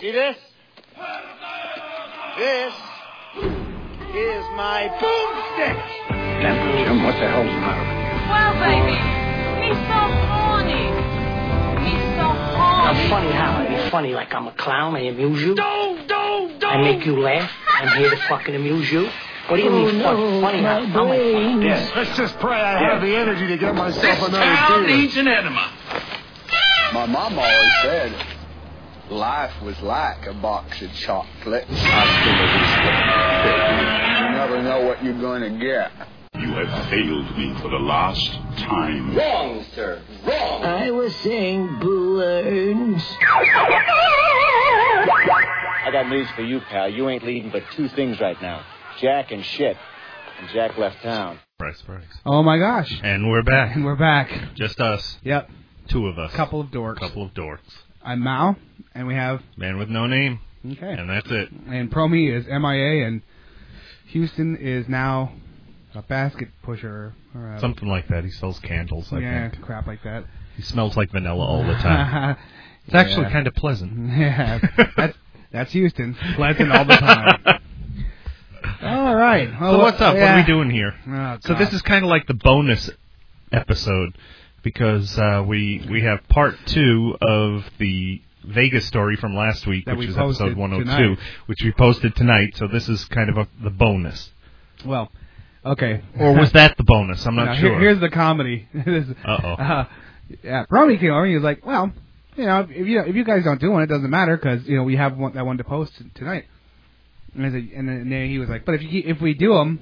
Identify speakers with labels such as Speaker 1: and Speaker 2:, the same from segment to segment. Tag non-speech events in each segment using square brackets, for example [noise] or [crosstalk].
Speaker 1: See this? This is my boomstick.
Speaker 2: Jim, what the hell's the matter?
Speaker 3: Well, baby, he's so horny. He's so
Speaker 4: I'm
Speaker 3: horny.
Speaker 4: funny how? I be funny like I'm a clown. I amuse you.
Speaker 1: Don't, don't, don't.
Speaker 4: I make you laugh. I'm here to fucking amuse you. What do you mean fun? funny how? How am I funny?
Speaker 2: Yes. Let's just pray I have the energy to get myself
Speaker 5: Town needs an enema.
Speaker 6: My mom always said life was like a box of chocolates. You never know what you're going to get.
Speaker 7: You have failed me for the last time.
Speaker 6: Wrong, sir. Wrong.
Speaker 4: I was saying balloons.
Speaker 1: I got news for you, pal. You ain't leading but two things right now Jack and shit. And Jack left town.
Speaker 8: Price breaks.
Speaker 9: Oh my gosh.
Speaker 8: And we're back.
Speaker 9: And we're back.
Speaker 8: Just us.
Speaker 9: Yep.
Speaker 8: Two of us.
Speaker 9: Couple of dorks.
Speaker 8: Couple of dorks.
Speaker 9: I'm Mao, and we have
Speaker 8: Man with no name.
Speaker 9: okay.
Speaker 8: And that's it.
Speaker 9: And Promi is MIA, and Houston is now a basket pusher or a,
Speaker 8: Something like that. He sells candles, I
Speaker 9: yeah
Speaker 8: think.
Speaker 9: crap like that.
Speaker 8: He smells like vanilla all the
Speaker 9: [laughs]
Speaker 8: time. It's actually kind of pleasant.
Speaker 9: yeah, that's that's Houston planting all the time.
Speaker 8: [laughs]
Speaker 9: all right. Well,
Speaker 8: So what's up? What
Speaker 9: Oh, yeah.
Speaker 8: are we doing here?
Speaker 9: Oh,
Speaker 8: So this
Speaker 9: God.
Speaker 8: is kind of like the bonus episode because uh, we we have part two of the Vegas story from last week,
Speaker 9: That
Speaker 8: which
Speaker 9: we
Speaker 8: is
Speaker 9: posted
Speaker 8: episode 102,
Speaker 9: tonight.
Speaker 8: which we posted tonight. So this is kind of a, the bonus,
Speaker 9: well, okay.
Speaker 8: [laughs] or was that the bonus? I'm not
Speaker 9: Now, here-
Speaker 8: sure.
Speaker 9: here's the comedy. [laughs] this, is-
Speaker 8: Uh-oh.
Speaker 9: Uh, yeah, Romy came over and he was like, "Well, you know, if you if you guys don't do one, it doesn't matter because you know we have one, that one to post tonight." And, I said, and then- and then he was like, "But if you if we do them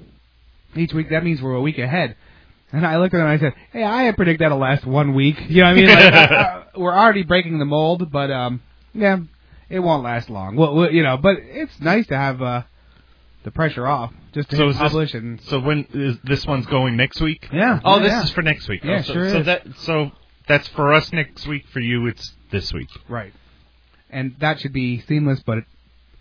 Speaker 9: each week, that means we're a week ahead." And I looked at him and I said, "Hey, I predict that'll last one week. You know what I mean? Like,
Speaker 8: [laughs]
Speaker 9: uh, we're already breaking the mold, but um, yeah, it won't last long. Well, well, you know, but it's nice to have uh, the pressure off just to
Speaker 8: So is this-
Speaker 9: publish and
Speaker 8: so when is this one's going next week?
Speaker 9: yeah.
Speaker 8: Oh,
Speaker 9: yeah,
Speaker 8: this
Speaker 9: yeah.
Speaker 8: is for next week.
Speaker 9: Yeah,
Speaker 8: oh, so,
Speaker 9: sure
Speaker 8: so
Speaker 9: is.
Speaker 8: that so that's for us next week. For you, it's this week.
Speaker 9: Right. And that should be seamless, but it,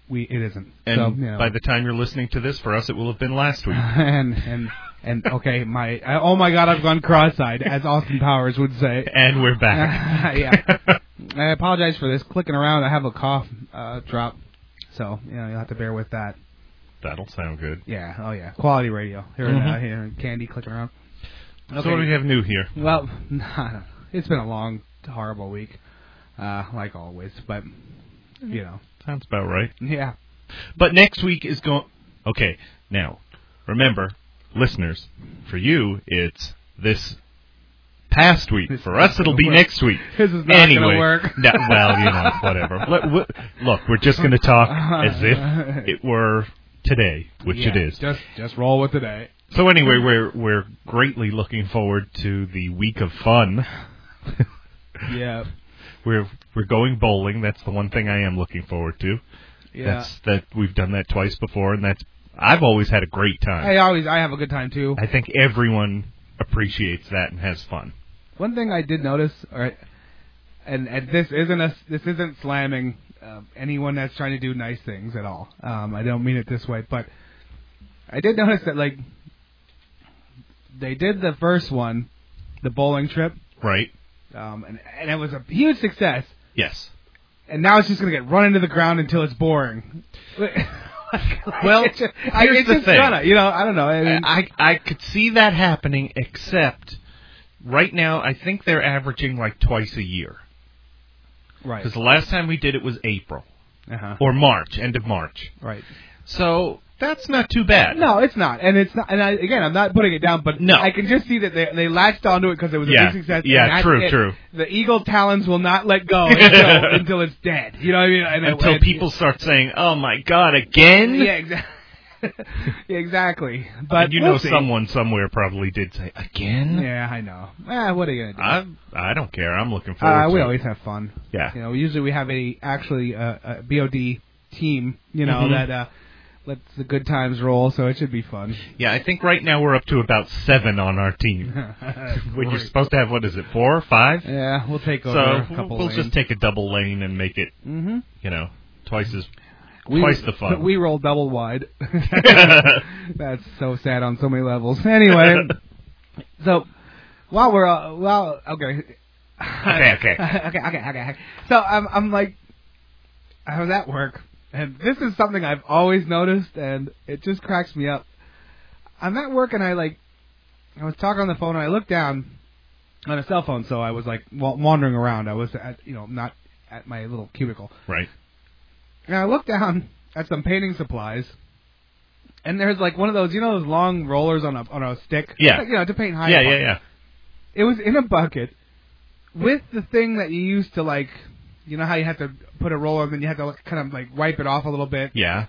Speaker 9: we it isn't.
Speaker 8: And
Speaker 9: so, you know.
Speaker 8: by the time you're listening to this, for us, it will have been last [sighs] week.
Speaker 9: [laughs] and and and okay, my I, oh my God, I've gone cross-eyed, as Austin Powers would
Speaker 8: [laughs]
Speaker 9: say. [laughs]
Speaker 8: and we're [laughs] back.
Speaker 9: yeah. I apologize for this clicking around. I have a cough uh, drop, so you know you'll have to bear with that.
Speaker 8: That'll sound good.
Speaker 9: Yeah. Oh yeah. Quality radio. Here and
Speaker 8: Mhm.
Speaker 9: uh, here, and candy clicking around.
Speaker 8: So what do we have new here?
Speaker 9: Well, [laughs] it's been a long, horrible week, uh, like always. But you know,
Speaker 8: Sounds about right.
Speaker 9: yeah.
Speaker 8: But next week is going. Okay, now remember, listeners, for you it's this past week.
Speaker 9: This
Speaker 8: For us,
Speaker 9: isn't
Speaker 8: it'll
Speaker 9: gonna
Speaker 8: be
Speaker 9: work.
Speaker 8: next week.
Speaker 9: This is not gonna
Speaker 8: anyway, [laughs]
Speaker 9: work.
Speaker 8: no, well, you know, whatever. Let- we- Look, we're just going to talk [laughs] as if it were today, which it
Speaker 9: Yeah,
Speaker 8: is.
Speaker 9: Just just roll with eh? today.
Speaker 8: So anyway, we're we're greatly looking forward to the week of fun. [laughs]
Speaker 9: Yeah.
Speaker 8: We're we're going bowling. That's the one thing I am looking forward to.
Speaker 9: Yeah.
Speaker 8: That's that we've done that twice before, and that's I've always had a great time.
Speaker 9: I always I have a good time too.
Speaker 8: I think everyone appreciates that and has fun.
Speaker 9: One thing I did notice, all right, and and this isn't a this isn't slamming uh, anyone that's trying to do nice things at all. Um, I don't mean it this way, but I did notice that like they did the first one, the bowling trip,
Speaker 8: Right?
Speaker 9: um, and and it was a huge success.
Speaker 8: Yes.
Speaker 9: And now it's just gonna get run into the ground until it's boring.
Speaker 8: [laughs]
Speaker 9: [laughs]
Speaker 8: [laughs] Well,
Speaker 9: it's just, I,
Speaker 8: here's
Speaker 9: it's
Speaker 8: the
Speaker 9: just
Speaker 8: thing. Uh,
Speaker 9: gonna, you know, I don't know. I mean,
Speaker 8: I I could see that happening, except right now I think they're averaging like twice a year.
Speaker 9: right.
Speaker 8: Because the last time we did it was April
Speaker 9: Uh-huh.
Speaker 8: or March, end of March.
Speaker 9: Right.
Speaker 8: So that's not too bad.
Speaker 9: No, it's not, and it's not. And I, again, I'm not putting it down, but
Speaker 8: No.
Speaker 9: I can just see that they they latched onto it because it was
Speaker 8: Yeah.
Speaker 9: a big success. and
Speaker 8: Yeah,
Speaker 9: that's
Speaker 8: true,
Speaker 9: it.
Speaker 8: true.
Speaker 9: The eagle talons will not let
Speaker 8: [laughs]
Speaker 9: go until, until it's dead. You know what I mean? And-
Speaker 8: Until
Speaker 9: and-
Speaker 8: people start saying, "Oh my God, again!"
Speaker 9: yeah, exactly, [laughs] exactly. But
Speaker 8: And you
Speaker 9: we'll
Speaker 8: know,
Speaker 9: see.
Speaker 8: someone somewhere probably did say, "Again."
Speaker 9: Yeah, I know. Eh, what are you gonna
Speaker 8: I I don't care. I'm looking
Speaker 9: do?
Speaker 8: forward.
Speaker 9: Uh, we
Speaker 8: to
Speaker 9: always
Speaker 8: It.
Speaker 9: have fun.
Speaker 8: Yeah.
Speaker 9: You know, usually we have a actually uh, a BOD team. You know
Speaker 8: Mhm.
Speaker 9: that uh, lets the good times roll, so it should be
Speaker 8: [laughs]
Speaker 9: fun.
Speaker 8: Yeah, I think right now we're up to about seven on our
Speaker 9: [laughs]
Speaker 8: team. [laughs] when you're supposed to have what is it, four or five?
Speaker 9: yeah, we'll take over
Speaker 8: so
Speaker 9: a
Speaker 8: we'll-
Speaker 9: couple.
Speaker 8: we'll just take a double lane and make it,
Speaker 9: hmm
Speaker 8: you know, twice as.
Speaker 9: We-
Speaker 8: Twice the fun.
Speaker 9: We roll double
Speaker 8: [laughs]
Speaker 9: wide. [laughs] That's so sad on so many levels. Anyway,
Speaker 8: [laughs]
Speaker 9: so while we're uh, well, okay, [laughs]
Speaker 8: okay, okay.
Speaker 9: okay, okay, okay. So I'm I'm like, I was at work, and this is something I've always noticed, and it just cracks me up. I'm at work, and I like, I was talking on the phone, and I looked down on a cell phone, so I was like wa- wandering around. I was, at, you know, not at my little cubicle,
Speaker 8: Right.
Speaker 9: and I looked down at some painting supplies. And there's like one of those, you know, those long rollers on a on a stick.
Speaker 8: Yeah.
Speaker 9: You know, to paint high.
Speaker 8: Yeah,
Speaker 9: up on.
Speaker 8: yeah, yeah.
Speaker 9: It was in a bucket with the thing that you used to like. You know how you had to put a roller and then you had to like, kind of like wipe it off a little bit.
Speaker 8: Yeah.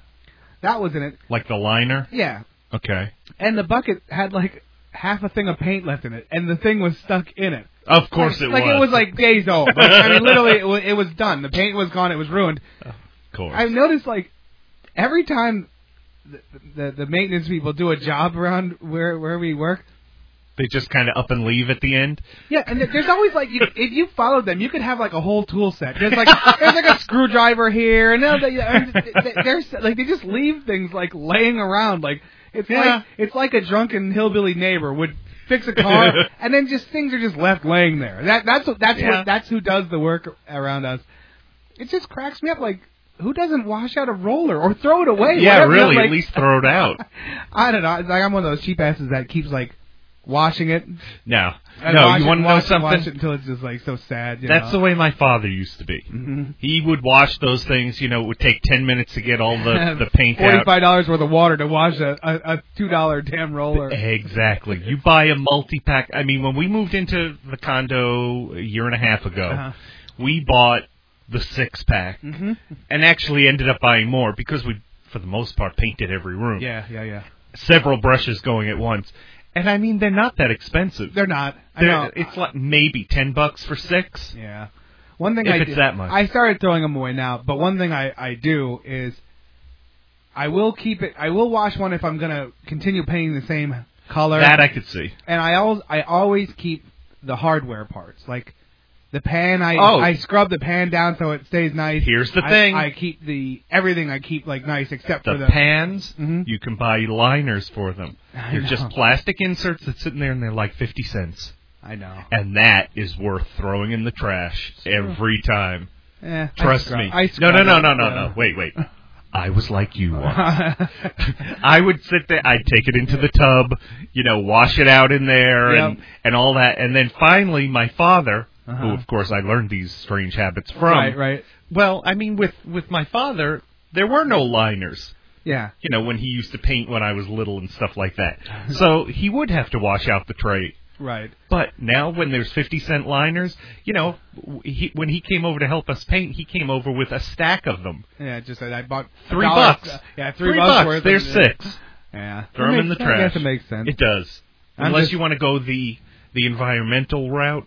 Speaker 9: That was in it.
Speaker 8: Like the liner.
Speaker 9: Yeah.
Speaker 8: Okay.
Speaker 9: And the bucket had like half a thing of paint left in it, and the thing was stuck in it.
Speaker 8: Of course it
Speaker 9: like,
Speaker 8: was.
Speaker 9: Like it was like days old.
Speaker 8: [laughs]
Speaker 9: Like, I mean, literally, it was, it was done. The paint was gone. It was ruined.
Speaker 8: Of course.
Speaker 9: I've noticed like every time the, the the maintenance people do a job around where where we work.
Speaker 8: they just kind of up and leave at the end.
Speaker 9: Yeah, and there- there's always like you, if you followed them, you could have like a whole tool set. There's like there's like a screwdriver here, and then they, and they- they're like they just leave things like laying around. Like it's
Speaker 8: Yeah.
Speaker 9: like it's like a drunken hillbilly neighbor would fix a
Speaker 8: [laughs]
Speaker 9: car, and then just things are just left laying there. That that's what that's
Speaker 8: Yeah.
Speaker 9: what that's who does the work around us. It just cracks me up. Like who doesn't wash out a roller or throw it away?
Speaker 8: yeah,
Speaker 9: whatever,
Speaker 8: really.
Speaker 9: Like,
Speaker 8: at least throw it
Speaker 9: [laughs]
Speaker 8: out.
Speaker 9: I don't know. It's Like I'm one of those cheap asses that keeps like washing it
Speaker 8: No,
Speaker 9: and
Speaker 8: no.
Speaker 9: watch
Speaker 8: You
Speaker 9: it,
Speaker 8: want to know
Speaker 9: watch it,
Speaker 8: something?
Speaker 9: watch it until it's just like so sad. You
Speaker 8: That's the
Speaker 9: know?
Speaker 8: way my father used to be.
Speaker 9: Mhm.
Speaker 8: He would wash those things. You know, it would take ten minutes to get all
Speaker 9: [laughs]
Speaker 8: the the paint out.
Speaker 9: Forty-five dollars worth of water to wash a, a, a two-dollar damn roller.
Speaker 8: Exactly. You buy a multi pack. I mean, when we moved into the condo a year and a half ago,
Speaker 9: Uh-huh.
Speaker 8: we bought the six pack
Speaker 9: Mhm.
Speaker 8: and actually ended up buying more because we, for the most part, painted every room.
Speaker 9: Yeah, yeah, yeah.
Speaker 8: Several brushes going at once. And I mean, they're not that expensive.
Speaker 9: They're not. I
Speaker 8: They're-
Speaker 9: know.
Speaker 8: It's like maybe 10 bucks for six.
Speaker 9: yeah. One thing
Speaker 8: If
Speaker 9: I
Speaker 8: it's
Speaker 9: did-
Speaker 8: that much.
Speaker 9: I started throwing them away now. But one thing I I do is I will keep it. I will wash one if I'm gonna continue painting the same color.
Speaker 8: That I could see.
Speaker 9: and I always I always keep the hardware parts like the pan. I
Speaker 8: Oh.
Speaker 9: I scrub the pan down so it stays nice.
Speaker 8: Here's the
Speaker 9: I-
Speaker 8: thing.
Speaker 9: I keep the everything. I keep like nice except
Speaker 8: The,
Speaker 9: for the
Speaker 8: pans,
Speaker 9: Mhm.
Speaker 8: you can buy liners for them.
Speaker 9: I
Speaker 8: They're just
Speaker 9: know.
Speaker 8: plastic inserts that's sitting there and they're like 50 cents.
Speaker 9: I know.
Speaker 8: and that is worth throwing in the trash every time.
Speaker 9: Eh, I
Speaker 8: Trust
Speaker 9: scrub-
Speaker 8: me.
Speaker 9: I
Speaker 8: no,
Speaker 9: scrub
Speaker 8: no, no,
Speaker 9: it,
Speaker 8: no, no,
Speaker 9: yeah.
Speaker 8: no. Wait, wait. I was like you [laughs] once. I would sit there. I'd take it into the tub, you know, wash it out in there, and
Speaker 9: Yep.
Speaker 8: and all that. And then finally, my father, who
Speaker 9: Uh-huh.
Speaker 8: of course I learned these strange habits from.
Speaker 9: right, right.
Speaker 8: Well, I mean, with with my father, there were no liners.
Speaker 9: Yeah.
Speaker 8: You know, when he used to paint when I was little and stuff like
Speaker 9: [laughs]
Speaker 8: that. So he would have to wash out the tray
Speaker 9: Right.
Speaker 8: but now, when there's 50 cent liners, you know, w- he, when he came over to help us paint, he came over with a stack of them.
Speaker 9: Yeah, just that I bought
Speaker 8: Three
Speaker 9: dollars-
Speaker 8: bucks.
Speaker 9: Yeah, three, bucks. worth
Speaker 8: There's
Speaker 9: of,
Speaker 8: six.
Speaker 9: Yeah.
Speaker 8: Throw
Speaker 9: It
Speaker 8: them in the
Speaker 9: makes-
Speaker 8: trash.
Speaker 9: I guess it makes sense.
Speaker 8: It does.
Speaker 9: I'm
Speaker 8: Unless
Speaker 9: just-
Speaker 8: you want to go the the environmental route,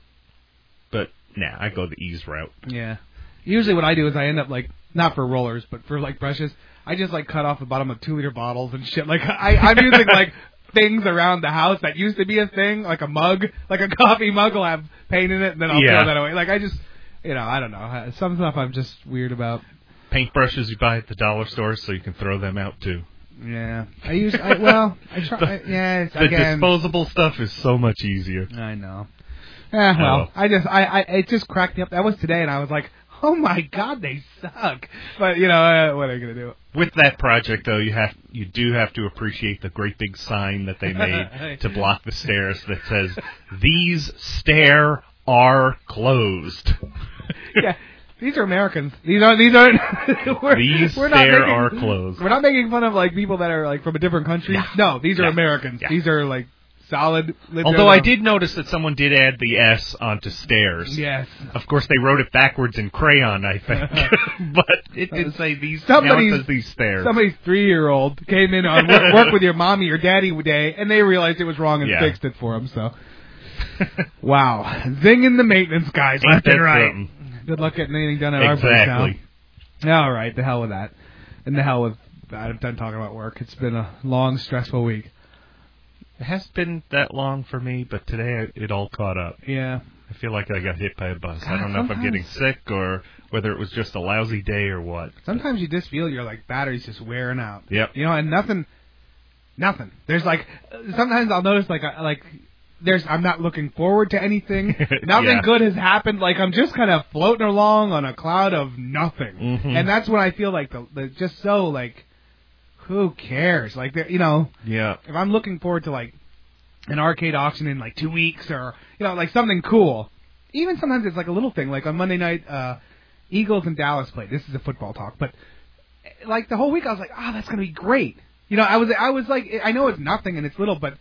Speaker 8: but nah, I go the ease route.
Speaker 9: Yeah. Usually, what I do is I end up like not for rollers, but for like brushes. I just like cut off the bottom of two liter bottles and shit. Like I, I'm using
Speaker 8: [laughs]
Speaker 9: like things around the house that used to be a thing, like a mug, like a [laughs] coffee mug will have paint in it, and then I'll
Speaker 8: Yeah.
Speaker 9: throw that away. Like I just, you know, I don't know. Some stuff I'm just weird about.
Speaker 8: Paintbrushes you buy at the dollar store, so you can throw them out too.
Speaker 9: Yeah, I use. I, well, I try.
Speaker 8: The- [laughs]
Speaker 9: I, yeah, it's-
Speaker 8: The
Speaker 9: again,
Speaker 8: disposable stuff is so much easier.
Speaker 9: I know. Eh, well,
Speaker 8: Oh.
Speaker 9: I just, I, I, it just cracked me up. That was today, and I was like, oh my god, they suck. But you know, uh, what are you gonna do?
Speaker 8: With that project, though, you have you do have to appreciate the great big sign that they
Speaker 9: [laughs]
Speaker 8: made to block the stairs that says "These stair are closed."
Speaker 9: [laughs] yeah, these are Americans. These aren't. These aren't. [laughs] we're,
Speaker 8: These
Speaker 9: we're not
Speaker 8: stair
Speaker 9: making,
Speaker 8: are closed.
Speaker 9: We're not making fun of like people that are like from a different country.
Speaker 8: Yeah.
Speaker 9: No, these are
Speaker 8: Yeah.
Speaker 9: Americans.
Speaker 8: Yeah.
Speaker 9: These are like solid. lived
Speaker 8: Although I
Speaker 9: around.
Speaker 8: did notice that someone did add the S onto stairs. [laughs]
Speaker 9: Yes.
Speaker 8: Of course, they wrote it backwards in crayon, I
Speaker 9: [laughs]
Speaker 8: think, but it did say these. Now it
Speaker 9: Somebody's-
Speaker 8: says these stairs.
Speaker 9: Somebody's three-year-old came in on work, work with your mommy or daddy day, and they realized it was wrong and
Speaker 8: Yeah.
Speaker 9: fixed it for him. So, wow, zinging the maintenance guys
Speaker 8: Ain't
Speaker 9: left
Speaker 8: that
Speaker 9: and right.
Speaker 8: something?
Speaker 9: Good luck getting anything done at our place
Speaker 8: Exactly.
Speaker 9: now. All right, the hell with that, and the hell with I'm done talking about work. It's been a long, stressful week.
Speaker 8: It has been that long for me, but today it all caught up.
Speaker 9: Yeah.
Speaker 8: I feel like I got hit by a bus. I
Speaker 9: God,
Speaker 8: don't know if I'm
Speaker 9: sometimes-
Speaker 8: getting sick or whether it was just a lousy day or what.
Speaker 9: Sometimes you just feel your like battery's just wearing out.
Speaker 8: Yep.
Speaker 9: You know, and nothing, nothing. There's like sometimes I'll notice like I, like there's I'm not looking forward to anything. Nothing
Speaker 8: [laughs] Yeah.
Speaker 9: good has happened. Like I'm just kind of floating along on a cloud of nothing,
Speaker 8: Mhm.
Speaker 9: and that's when I feel like the, the just so like who cares? Like there- you know,
Speaker 8: Yeah.
Speaker 9: if I'm looking forward to like an arcade auction in like two weeks or you know like something cool, even sometimes it's like a little thing. Like on Monday night, uh, Eagles and Dallas played. This is a football talk, but eh, like the whole week I was like, oh, that's gonna be great. You know, I was I was like, I know it's nothing and it's little, but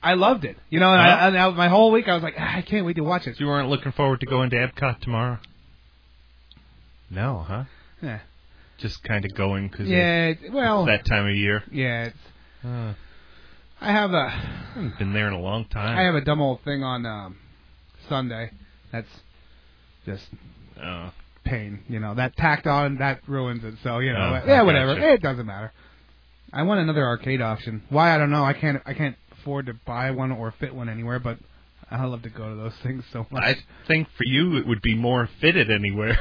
Speaker 9: I loved it. You know, and,
Speaker 8: Yeah.
Speaker 9: I, and I, my whole week I was like, ah, I can't wait to watch
Speaker 8: So
Speaker 9: it.
Speaker 8: Uh-huh. you weren't looking forward to going to Epcot tomorrow? No, huh?
Speaker 9: Yeah.
Speaker 8: Just kind of going because
Speaker 9: Yeah, it- well,
Speaker 8: that time of year.
Speaker 9: yeah. It's,
Speaker 8: Uh,
Speaker 9: I have a
Speaker 8: haven't been there in a long time.
Speaker 9: I have a dumb old thing on um, Sunday. That's just
Speaker 8: Oh.
Speaker 9: pain. You know, that tacked on, that ruins it. So, you know,
Speaker 8: Oh,
Speaker 9: but-
Speaker 8: I
Speaker 9: yeah, whatever.
Speaker 8: gotcha.
Speaker 9: It doesn't matter. I want another arcade option. Why I don't know. I can't I can't afford to buy one or fit one anywhere, but I love to go to those [laughs] things so much.
Speaker 8: I think for you it would be more fitted anywhere.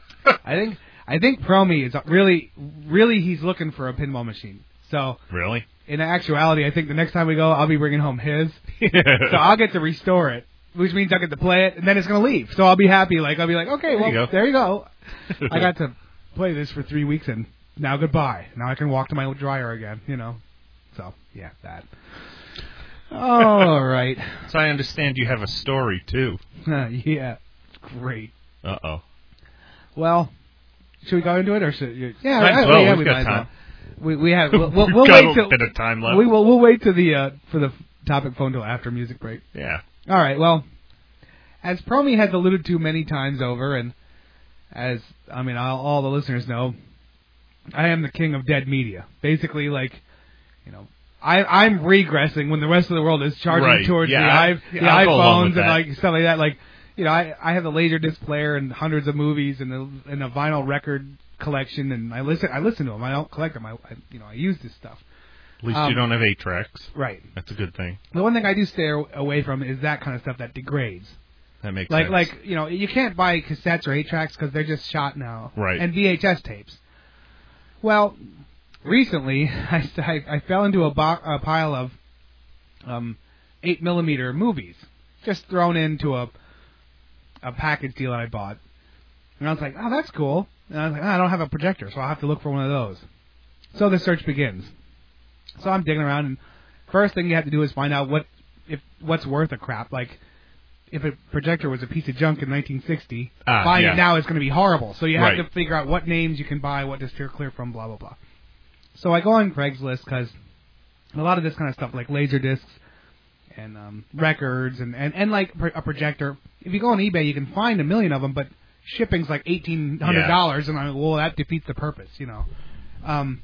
Speaker 8: [laughs]
Speaker 9: I think I think Promi is really really he's looking for a pinball machine. So,
Speaker 8: really?
Speaker 9: in actuality, I think the next time we go, I'll be bringing
Speaker 8: [laughs]
Speaker 9: home his. So I'll get to restore it, which means I get to play it, and then it's gonna leave. So I'll be happy. Like I'll be like, okay,
Speaker 8: you
Speaker 9: well,
Speaker 8: go.
Speaker 9: there you go. I got to play this for three weeks, and now goodbye. Now I can walk to my dryer again. You know. So yeah, that.
Speaker 8: [laughs]
Speaker 9: All right. [laughs]
Speaker 8: So I understand you have a story too.
Speaker 9: yeah. Great.
Speaker 8: Uh oh.
Speaker 9: Well, should we go into it or should you? Yeah,
Speaker 8: Might as
Speaker 9: I-
Speaker 8: well,
Speaker 9: yeah,
Speaker 8: we've
Speaker 9: we
Speaker 8: got
Speaker 9: might as
Speaker 8: time.
Speaker 9: well. We we have we'll, we'll,
Speaker 8: We've [laughs]
Speaker 9: we'll
Speaker 8: got
Speaker 9: wait
Speaker 8: a
Speaker 9: till
Speaker 8: bit of time left.
Speaker 9: we will we'll wait to the uh, for the topic phone till after music break.
Speaker 8: Yeah.
Speaker 9: All right. Well, as Promi has alluded to many times over, and as I mean, all, all the listeners know, I am the king of dead media. Basically, like you know, I I'm regressing when the rest of the world is charging
Speaker 8: Right,
Speaker 9: towards
Speaker 8: yeah,
Speaker 9: the,
Speaker 8: I-
Speaker 9: i- the
Speaker 8: yeah, I'll go along
Speaker 9: iPhones
Speaker 8: with
Speaker 9: and
Speaker 8: that.
Speaker 9: like stuff like that. Like you know, I I have a laser disc player and hundreds of movies and a, and a vinyl record collection, and I listen I listen to them. I don't collect them. I, I you know I use this stuff.
Speaker 8: At least
Speaker 9: Um,
Speaker 8: you don't have eight tracks.
Speaker 9: Right.
Speaker 8: That's a good thing.
Speaker 9: The one thing I do stay away from is that kind of stuff that degrades.
Speaker 8: That makes
Speaker 9: Like
Speaker 8: sense.
Speaker 9: like you know you can't buy cassettes or eight tracks because they're just shot now.
Speaker 8: Right.
Speaker 9: And VHS tapes. Well, recently [laughs] I, s- I- I fell into a, bo- a pile of um eight millimeter movies just thrown into a a package deal I bought, and I was like, oh that's cool. And I was like, oh, I don't have a projector, so I'll have to look for one of those. So the search begins. So I'm digging around, and first thing you have to do is find out what if what's worth a crap. Like if a projector was a piece of junk in 1960,
Speaker 8: Ah,
Speaker 9: buying
Speaker 8: yeah.
Speaker 9: it now is going to be horrible. So you
Speaker 8: Right.
Speaker 9: have to figure out what names you can buy, what to steer clear from, blah blah blah. So I go on Craigslist because a lot of this kind of stuff, like laser discs and um, records and and and like pro- a projector. If you go on eBay, you can find a million of them, but shipping's like eighteen hundred dollars, and I'm like, well, that defeats the purpose, you know. Um,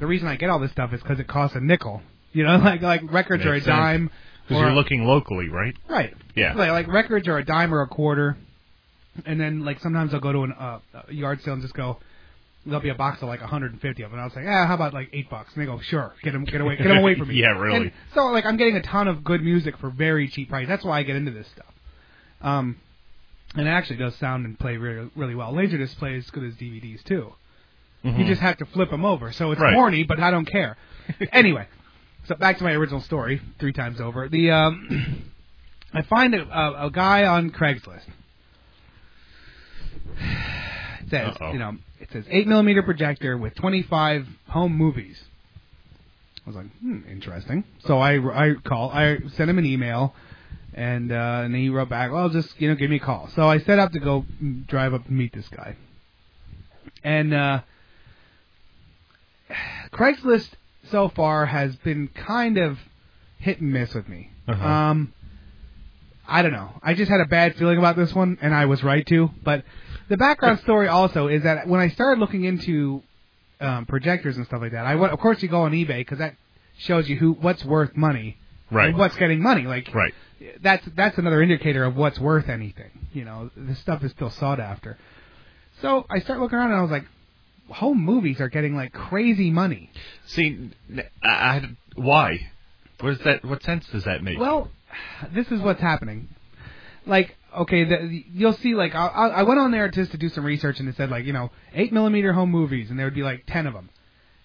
Speaker 9: the reason I get all this stuff is because it costs a nickel, you know, [laughs] like like records are a
Speaker 8: Makes sense.
Speaker 9: dime.
Speaker 8: because
Speaker 9: or-
Speaker 8: you're looking locally, right?
Speaker 9: Right.
Speaker 8: Yeah.
Speaker 9: Like, like records are a dime or a quarter, and then like sometimes I'll go to an, uh, a yard sale and just go. There'll be a box of like 150 of them, and I'll say, "Ah, how about like eight bucks?" And they go, "Sure, get them, get away, get them away
Speaker 8: [laughs]
Speaker 9: from me."
Speaker 8: Yeah, really.
Speaker 9: And so like I'm getting a ton of good music for very cheap price. That's why I get into this stuff. Um, and it actually does sound and play really, really well. Laserdisc play as good as DVDs too. You
Speaker 8: Mhm.
Speaker 9: just have to flip them over. So it's
Speaker 8: Right.
Speaker 9: horny, but I
Speaker 8: [laughs]
Speaker 9: don't care. anyway, so back to my original story, three times over. The um, [clears throat] I find a, a, a guy on Craigslist. It says,
Speaker 8: Uh-oh.
Speaker 9: you know, it says eight millimeter projector with twenty five home movies. I was like, hmm, interesting. So I, I call, I sent him an email, and uh, and he wrote back, well, just you know, give me a call. So I set up to go mm, drive up and meet this guy, and uh, Craigslist so far has been kind of hit and miss with me.
Speaker 8: Uh-huh.
Speaker 9: Um, I don't know. I just had a bad feeling about this one, and I was right to. But
Speaker 8: [laughs]
Speaker 9: the background story also is that when I started looking into um, projectors and stuff like that, I went, of course you go on eBay because that shows you who what's worth money
Speaker 8: Right.
Speaker 9: and what's getting money. Like
Speaker 8: Right.
Speaker 9: that's that's another indicator of what's worth anything. You know, this stuff is still sought after. So I start looking around and I was like, home movies are getting like crazy money.
Speaker 8: See, n- I, I- why? What is that? What sense does that make?
Speaker 9: Well, this is what's happening. Like, okay, the, you'll see. Like, I, I I went on there just to do some research, and it said like, you know, eight millimeter home movies, and there would be like ten of them,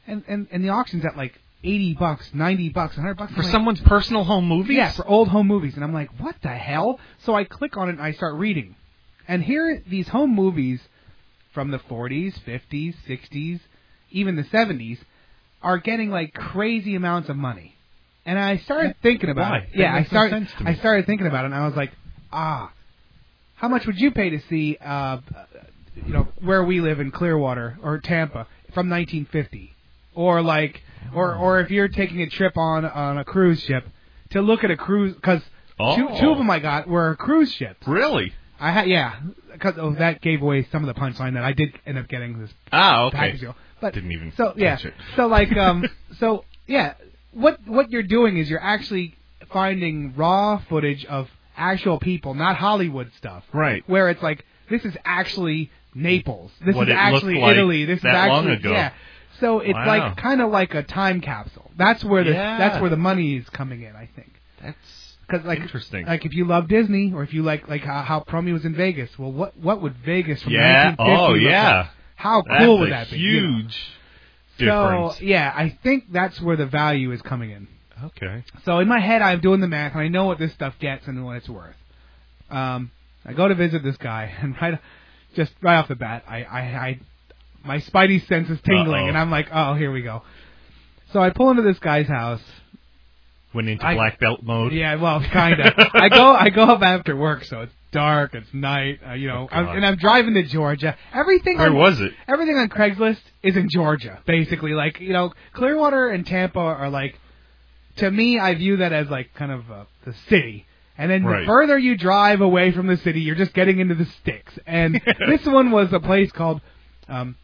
Speaker 9: and and and the auctions at like eighty bucks, ninety bucks, hundred bucks
Speaker 10: for
Speaker 9: I'm like,
Speaker 10: someone's personal home movies.
Speaker 9: Yeah, for old home movies, and I'm like, what the hell? So I click on it and I start reading, and here are these home movies from the 40s, 50s, 60s, even the 70s are getting like crazy amounts of money. And I started thinking about
Speaker 8: Why?
Speaker 9: it.
Speaker 8: That
Speaker 9: Yeah, I
Speaker 8: makes no
Speaker 9: started
Speaker 8: sense to me.
Speaker 9: I started thinking about it, and I was like, ah, how much would you pay to see, uh, you know, where we live in Clearwater or Tampa from 1950, or like, or or if you're taking a trip on on a cruise ship to look at a cruise because two,
Speaker 8: Oh.
Speaker 9: two of them I got were cruise ships.
Speaker 8: Really?
Speaker 9: I had yeah, because oh, that gave away some of the punchline that I did end up getting this
Speaker 8: Ah,
Speaker 9: package
Speaker 8: okay.
Speaker 9: deal. But
Speaker 8: Didn't even
Speaker 9: so yeah.
Speaker 8: touch it.
Speaker 9: So like
Speaker 8: [laughs]
Speaker 9: um so yeah, what what you're doing is you're actually finding raw footage of actual people, not Hollywood stuff.
Speaker 8: Right.
Speaker 9: Where it's like this is actually Naples. This
Speaker 8: What
Speaker 9: is
Speaker 8: it looked
Speaker 9: actually
Speaker 8: like
Speaker 9: Italy. This is
Speaker 8: that long
Speaker 9: actually
Speaker 8: ago.
Speaker 9: yeah. So it's
Speaker 8: Wow.
Speaker 9: like kind of like a time capsule. That's where the
Speaker 8: Yeah.
Speaker 9: that's where the money is coming in, I think.
Speaker 8: That's
Speaker 9: Because like
Speaker 8: Interesting.
Speaker 9: like if you love Disney or if you like like how, how Promy was in Vegas, well, what what would Vegas from
Speaker 8: Yeah.
Speaker 9: 1950
Speaker 8: Oh,
Speaker 9: look
Speaker 8: yeah.
Speaker 9: like? How
Speaker 8: that's
Speaker 9: cool would
Speaker 8: a
Speaker 9: that be? you know?
Speaker 8: huge difference.
Speaker 9: So yeah, I think that's where the value is coming in.
Speaker 8: okay.
Speaker 9: So in my head, I'm doing the math and I know what this stuff gets and what it's worth. Um, I go to visit this guy [laughs] and right, just right off the bat, I I, I my spidey sense is tingling
Speaker 8: Uh-oh.
Speaker 9: and I'm like, oh, here we go. So I pull into this guy's house.
Speaker 8: Went into
Speaker 9: I-
Speaker 8: black belt mode. [laughs]
Speaker 9: Yeah, well, kind of. I go I go up after work, so it's dark, it's night, uh, you know,
Speaker 8: Oh,
Speaker 9: I'm,
Speaker 8: God.
Speaker 9: and I'm driving to Georgia. Everything
Speaker 8: Where
Speaker 9: on,
Speaker 8: was it?
Speaker 9: everything on Craigslist is in Georgia, basically. Like you know, Clearwater and Tampa are like, to me, I view that as like kind of uh, the city. And then
Speaker 8: Right.
Speaker 9: the further you drive away from the city, you're just getting into the sticks.
Speaker 8: [laughs]
Speaker 9: And this one was a place called um,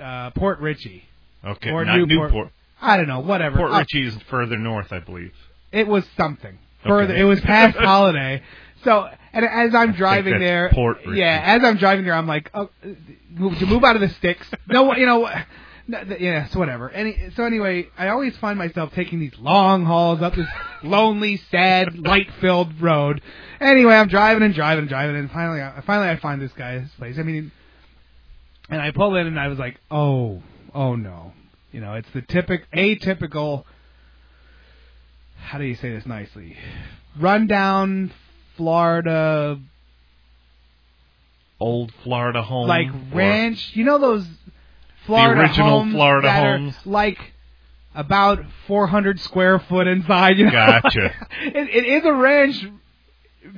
Speaker 9: uh, Port Ritchie.
Speaker 8: Okay.
Speaker 9: Or
Speaker 8: not
Speaker 9: Newport.
Speaker 8: Newport.
Speaker 9: I don't know, whatever.
Speaker 8: Port
Speaker 9: Uh,
Speaker 8: Richie is further north, I believe.
Speaker 9: it was something.
Speaker 8: Okay.
Speaker 9: Further, it was past holiday. So, and as I'm driving
Speaker 8: that's
Speaker 9: there,
Speaker 8: Port Richie.
Speaker 9: yeah, as I'm driving there, I'm like, oh, uh, move, to move out of the sticks. No, [laughs] you know, no, th- yeah, so whatever. Any, so anyway, I always find myself taking these long hauls up this lonely,
Speaker 8: [laughs]
Speaker 9: sad, light-filled road. Anyway, I'm driving and driving and driving, and finally, I, finally, I find this guy's place. I mean, and I pull in, and I was like, oh, oh no, you know, it's the typical, atypical how do you say this nicely? Rundown Florida,
Speaker 8: Old Florida home.
Speaker 9: like
Speaker 8: or-
Speaker 9: ranch. You know those Florida
Speaker 8: original
Speaker 9: homes
Speaker 8: Florida
Speaker 9: that are,
Speaker 8: homes.
Speaker 9: like about 400 square foot inside. You know?
Speaker 8: Gotcha.
Speaker 9: [laughs] it, it is a ranch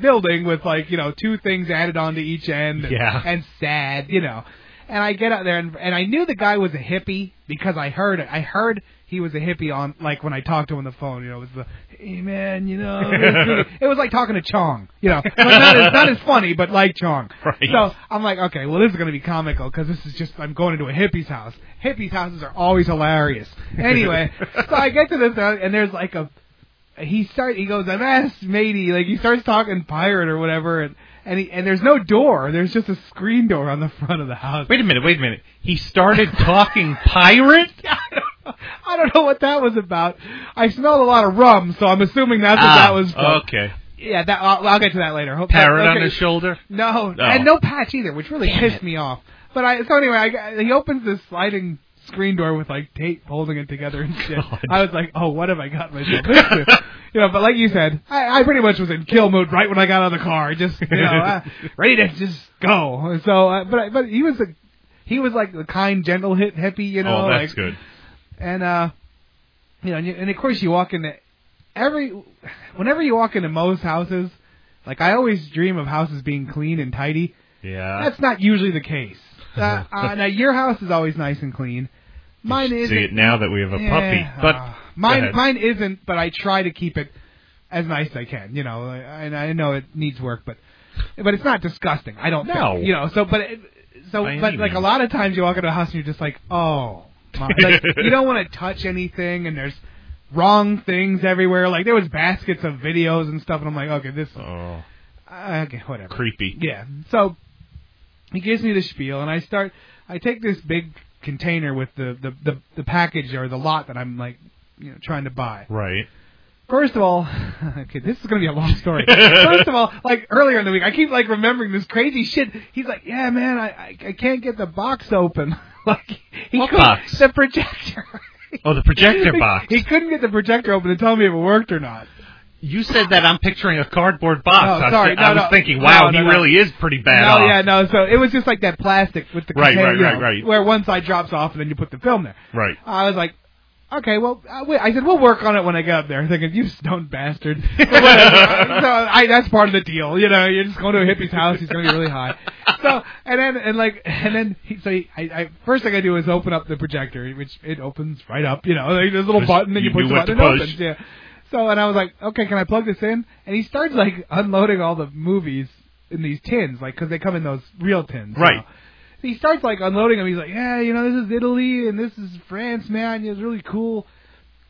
Speaker 9: building with like you know two things added onto each end. And,
Speaker 8: Yeah.
Speaker 9: and sad, you know. And I get out there and and I knew the guy was a hippie because I heard it. I heard he was a hippie on like when I talked to him on the phone. You know, it was the hey man, you know, [laughs] it was, it was like talking to Chong. You know, but not as not as funny, but like Chong.
Speaker 8: Right.
Speaker 9: So I'm like, okay, well this is gonna be comical because this is just I'm going into a hippie's house. Hippies' houses are always hilarious. Anyway,
Speaker 10: [laughs]
Speaker 9: so I get to this house and there's like a he start he goes I'm ass matey like he starts talking pirate or whatever and and, he, and there's no door there's just a screen door on the front of the house [laughs]
Speaker 10: Wait a minute. Wait a minute. He started talking pirate.
Speaker 9: I don't know what that was about I smelled a lot of rum so I'm assuming that's what that
Speaker 8: Ah,
Speaker 9: was from.
Speaker 10: Ah, okay.
Speaker 9: yeah that I'll, I'll get to that later Hope-
Speaker 10: Parrot
Speaker 9: okay.
Speaker 10: on his shoulder.
Speaker 9: no
Speaker 10: No.
Speaker 9: and no patch either which really pissed me off but I so anyway I, he opens this sliding screen door with like tape holding it together and
Speaker 8: [laughs]
Speaker 9: shit
Speaker 8: God.
Speaker 9: I was like oh what have I got myself into
Speaker 8: [laughs]
Speaker 9: you know, but like you said, I, I pretty much was in kill mode right when I got out of the car, just you know, uh,
Speaker 8: [laughs]
Speaker 9: ready to just go. So, uh, but I, but he was a, he was like the kind, gentle hit hippie, you know,
Speaker 8: oh, that's
Speaker 9: like
Speaker 8: good.
Speaker 9: and uh, you know, and, you, and of course you walk into every, whenever you walk into most houses, like I always dream of houses being clean and tidy.
Speaker 8: Yeah.
Speaker 9: That's not usually the case. Uh, uh, now your house is always nice and clean. Mine
Speaker 8: You should [laughs]
Speaker 9: is
Speaker 8: see it now that we have a
Speaker 9: yeah,
Speaker 8: puppy. But
Speaker 9: uh,
Speaker 8: go
Speaker 9: mine
Speaker 8: ahead.
Speaker 9: mine isn't, but I try to keep it as nice as I can. You know, and I know it needs work, but but it's not disgusting. I don't
Speaker 8: No.
Speaker 9: think, you know. So, but it, so
Speaker 8: By
Speaker 9: but
Speaker 8: any
Speaker 9: like a
Speaker 8: means.
Speaker 9: lot of times you walk into a house and you're just like, oh,
Speaker 8: [laughs]
Speaker 9: my. like you don't want to touch anything, and there's wrong things everywhere. Like there was baskets of videos and stuff, and I'm like, okay, this
Speaker 8: oh,
Speaker 9: uh, okay, whatever.
Speaker 8: creepy.
Speaker 9: Yeah. So he gives me the spiel, and I start. I take this big container with the the the, the package or the lot that I'm like, you know, trying to buy.
Speaker 8: Right.
Speaker 9: First of all, [laughs] okay, this is going to be a long story. First of all, like earlier in the week, I keep like remembering this crazy shit. He's like, "Yeah, man, I I, I can't get the box open." [laughs] like he
Speaker 8: What
Speaker 9: couldn't-
Speaker 8: box?
Speaker 9: the projector.
Speaker 8: Oh, the projector box.
Speaker 9: [laughs] He couldn't get the projector open to tell me if it worked or not.
Speaker 8: You said that I'm picturing a cardboard box.
Speaker 9: No,
Speaker 8: I was-
Speaker 9: sorry, no,
Speaker 8: I was
Speaker 9: no.
Speaker 8: thinking, wow,
Speaker 9: No, no,
Speaker 8: he
Speaker 9: no.
Speaker 8: really is pretty bad
Speaker 9: no,
Speaker 8: off.
Speaker 9: yeah, no. So it was just like that plastic with the
Speaker 8: Right,
Speaker 9: container,
Speaker 8: right,
Speaker 9: you
Speaker 8: right,
Speaker 9: know,
Speaker 8: right.
Speaker 9: where one side drops off and then you put the film there.
Speaker 8: Right.
Speaker 9: I was like, okay, well, I, wait, I said we'll work on it when I get up there. [laughs] I'm thinking, you stone bastard. [laughs]
Speaker 8: [laughs]
Speaker 9: But whatever. so I, that's part of the deal, you know. You're just going to a hippie's house. He's going to be really high. So and then and like and then he, so he, I, I first thing I do is open up the projector, which it opens right up, you know. Like, there's a little
Speaker 8: Just-
Speaker 9: button and
Speaker 8: you
Speaker 9: you, push
Speaker 8: knew
Speaker 9: the
Speaker 8: what
Speaker 9: button
Speaker 8: to
Speaker 9: and it
Speaker 8: push.
Speaker 9: opens. Yeah. So and I was like, okay, can I plug this in? And he starts like unloading all the movies in these tins, like because they come in those real tins, you
Speaker 8: Right.
Speaker 9: know. He starts like unloading them. He's like, yeah, you know, this is Italy and this is France, man. It's really cool.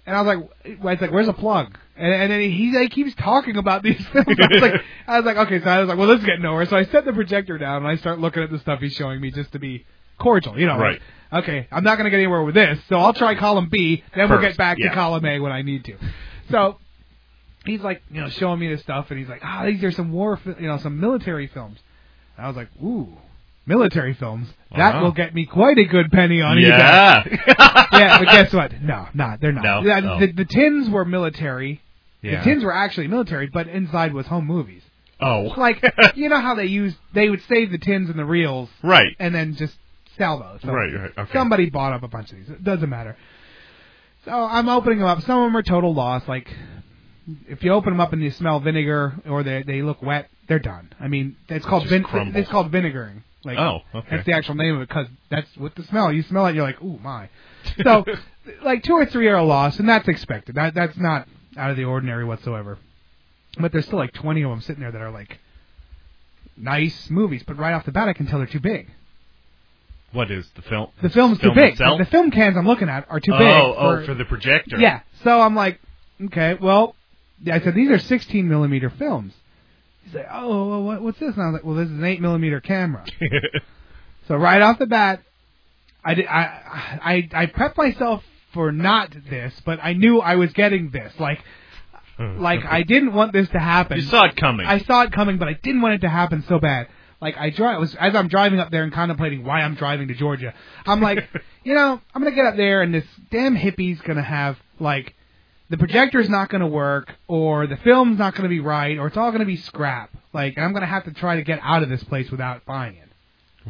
Speaker 9: And I was like, well, it's like, where's the plug? And, and then he, he keeps talking about these [laughs] films. I
Speaker 8: [laughs]
Speaker 9: was like, I was like, okay, so I was like, well, this is getting nowhere. So I set the projector down and I start looking at the stuff he's showing me just to be cordial, you know.
Speaker 8: Right.
Speaker 9: Like, okay, I'm not going to get anywhere with this, so I'll try column B. Then we'll
Speaker 8: First,
Speaker 9: get back
Speaker 8: yeah.
Speaker 9: to column A when I need to. So he's like, you know, showing me this stuff, and he's like, ah, these are some war, fi- you know, some military films. And I was like, ooh, military films. That
Speaker 8: Wow.
Speaker 9: will get me quite a good penny on eBay
Speaker 8: Uh-huh. [laughs] yeah.
Speaker 9: [laughs] yeah, but guess what? No, not they're not.
Speaker 8: No,
Speaker 9: Yeah,
Speaker 8: no.
Speaker 9: The, the tins were military.
Speaker 8: Yeah.
Speaker 9: The tins were actually military, but inside was home movies.
Speaker 8: Oh, [laughs]
Speaker 9: Like you know how they use they would save the tins and the reels
Speaker 8: right.
Speaker 9: and then just sell those. So
Speaker 8: Right, right, okay.
Speaker 9: Somebody bought up a bunch of these. It doesn't matter. So I'm opening them up. Some of them are total loss. Like if you open them up and you smell vinegar or they they look wet, they're done. I mean, it's called
Speaker 8: Just
Speaker 9: vin-
Speaker 8: crumble.
Speaker 9: it's called vinegaring. Like
Speaker 8: Oh, okay.
Speaker 9: that's the actual name of it because that's what the smell. You smell it, you're like, ooh my.
Speaker 8: [laughs]
Speaker 9: So like two or three are a loss, and that's expected. That that's not out of the ordinary whatsoever. But there's still like 20 of them sitting there that are like nice movies, but right off the bat I can tell they're too big.
Speaker 8: What is the film?
Speaker 9: The film's
Speaker 8: Film
Speaker 9: too big.
Speaker 8: itself?
Speaker 9: The film cans I'm looking at are too
Speaker 8: oh,
Speaker 9: big.
Speaker 8: oh,
Speaker 9: for-
Speaker 8: for the projector. [laughs]
Speaker 9: yeah. So I'm like, okay, well, yeah, I said these are 16 millimeter films. He's like, oh, well, what, what's this? And I was like, well, this is an 8
Speaker 8: [laughs]
Speaker 9: millimeter camera. so right off the bat, I did, I, I I prepped myself for not this, but I knew I was getting this. Like, like I didn't want this to happen.
Speaker 8: you saw it coming.
Speaker 9: I saw it coming, but I didn't want it to happen so bad. Like I drive was as I'm driving up there and contemplating why I'm driving to Georgia. I'm like, you know, I'm gonna get up there and this damn hippie's gonna have like the projector's not gonna work or the film's not gonna be right or it's all gonna be scrap. Like and I'm gonna have to try to get out of this place without buying it.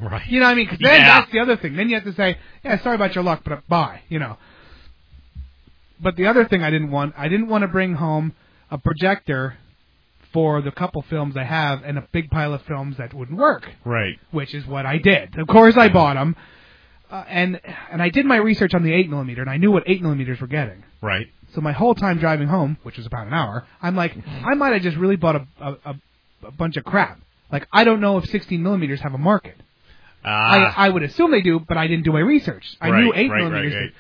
Speaker 8: right.
Speaker 9: You know what I mean? 'Cause then
Speaker 8: Yeah.
Speaker 9: that's the other thing. Then you have to say, yeah, sorry about your luck, but uh, bye. You know. But the other thing I didn't want, I didn't want to bring home a projector for the couple films I have and a big pile of films that wouldn't work,
Speaker 8: right.
Speaker 9: which is what I did. Of course, I bought them, uh, and and I did my research on the eight millimeter, and I knew what eight millimeters were getting.
Speaker 8: Right.
Speaker 9: So my whole time driving home, which was about an hour, I'm like, I might have just really bought a a, a, a bunch of crap. Like I don't know if 16 millimeters have a market.
Speaker 8: Ah.
Speaker 9: I, I would assume they do, but I didn't do my research. I
Speaker 8: right,
Speaker 9: knew eight
Speaker 8: right,
Speaker 9: millimeters.
Speaker 8: Right, right.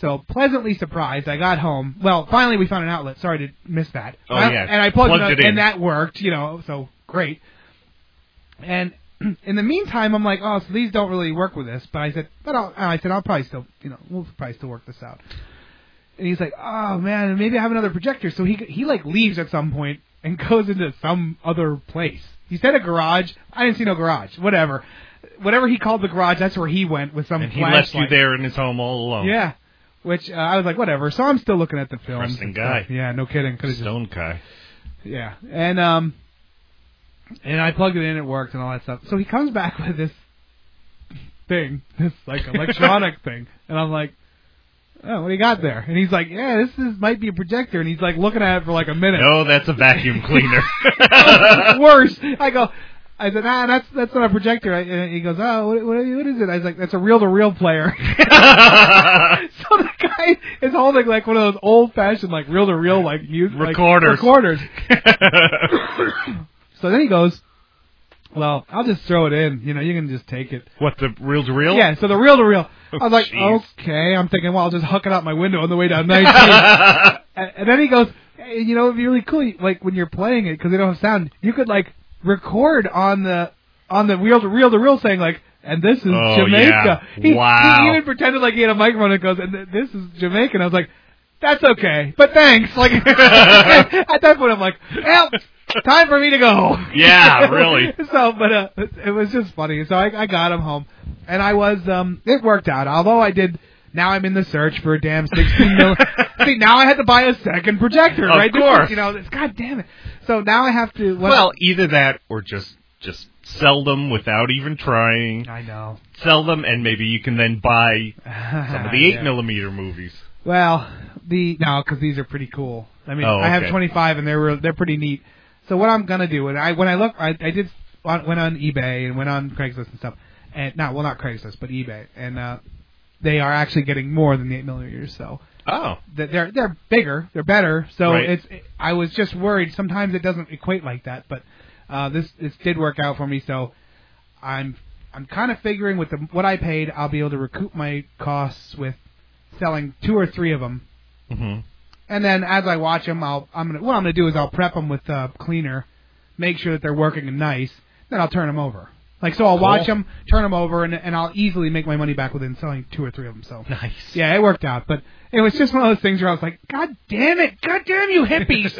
Speaker 9: So pleasantly surprised, I got home. Well, finally we found an outlet. Sorry to miss that.
Speaker 8: Oh,
Speaker 9: I-
Speaker 8: yeah.
Speaker 9: And I plugged,
Speaker 8: Plugged it
Speaker 9: it, in,
Speaker 8: in.
Speaker 9: and that worked. You know, so great. And [clears throat] in the meantime, I'm like, oh, so these don't really work with this. But I said, but I'll, I said I'll probably still, you know, we'll probably still work this out. And he's like, oh man, maybe I have another projector. So he he like leaves at some point and [laughs] goes into some other place. He said a garage. I didn't see no garage. Whatever. Whatever he called the garage, that's where he went with some
Speaker 8: And he
Speaker 9: flashlight.
Speaker 8: left you there in his home all alone.
Speaker 9: Yeah. Which uh, I was like, whatever. So I'm still looking at the film.
Speaker 8: Interesting guy.
Speaker 9: Yeah, no kidding. Could have just
Speaker 8: Stone guy.
Speaker 9: yeah. And um, and I plugged it in, it worked, and all that stuff. So he comes back [laughs] with this thing, this
Speaker 8: [laughs]
Speaker 9: like electronic thing, and I'm like. Oh, what do you got there? And he's like, "Yeah, this is might be a projector." And he's like looking at it for like a minute. [laughs] Oh,
Speaker 8: No, that's a vacuum cleaner.
Speaker 9: worse. I go. I said, ah, that's that's not a projector. I, and he goes, oh, what, what, what is it? I was like, that's a reel-to-reel player. [laughs] so the guy is holding like one of those old-fashioned like reel-to-reel like music like,
Speaker 8: Recorders.
Speaker 9: recorders. So then he goes, well, I'll just throw it in. You know, you can just take it.
Speaker 8: what the real to real?
Speaker 9: Yeah. So the reel-to-reel. I was like,
Speaker 8: Oh. jeez.
Speaker 9: okay. I'm thinking, well, I'll just hook it out my window on the way down 19. And, and then he goes, hey, you know, it'd be really cool, like when you're playing it because they don't have sound, you could like record on the on the reel to reel to reel saying like, and this is
Speaker 8: Oh, yeah.
Speaker 9: Jamaica. He,
Speaker 8: Wow.
Speaker 9: he even pretended like he had a microphone and goes, and th- this is Jamaica. And I was like, that's okay, but thanks. Like [laughs] at that point, I'm like, well, time for me to go. [laughs]
Speaker 8: Yeah, really.
Speaker 9: so, but uh, it was just funny. So I, I got him home, and I was um, it worked out. Although I did Now I'm in the search for a damn 16 mil. See, now I had to buy a second projector,
Speaker 8: Of
Speaker 9: right? This is-
Speaker 8: course.
Speaker 9: you know, this, God damn it. So now I have to.
Speaker 8: [laughs]
Speaker 9: What
Speaker 8: Well, either that or just just sell them without even trying.
Speaker 9: I know.
Speaker 8: Sell them, and maybe you can then buy [laughs] some of the eight
Speaker 9: Ah, Yeah.
Speaker 8: millimeter movies.
Speaker 9: Well, the no, because these are pretty cool. I mean,
Speaker 8: Oh,
Speaker 9: I have
Speaker 8: okay.
Speaker 9: 25, and they're real- they're pretty neat. So what I'm gonna do, and I when I look, I, I did on- went on eBay and went on Craigslist and stuff, and not well not Craigslist, but eBay, and uh, they are actually getting more than the eight millimeters. So
Speaker 8: Oh,
Speaker 9: that they're they're bigger, they're better. So
Speaker 8: Right.
Speaker 9: it's I was just worried. Sometimes it doesn't equate like that, but uh, this this did work out for me. So I'm I'm kind of figuring with the, what I paid, I'll be able to recoup my costs with selling two or three of them.
Speaker 8: hmm
Speaker 9: And then as I watch them, I'll I'm gonna what I'm gonna do is I'll prep them with uh, cleaner, make sure that they're working and nice. Then I'll turn them over. Like so, I'll watch them, turn them over, and and I'll easily make my money back within selling two or three of them. So
Speaker 8: nice.
Speaker 9: yeah, it worked out, but it was just one of those things where I was like, "God damn it! God damn you hippies!"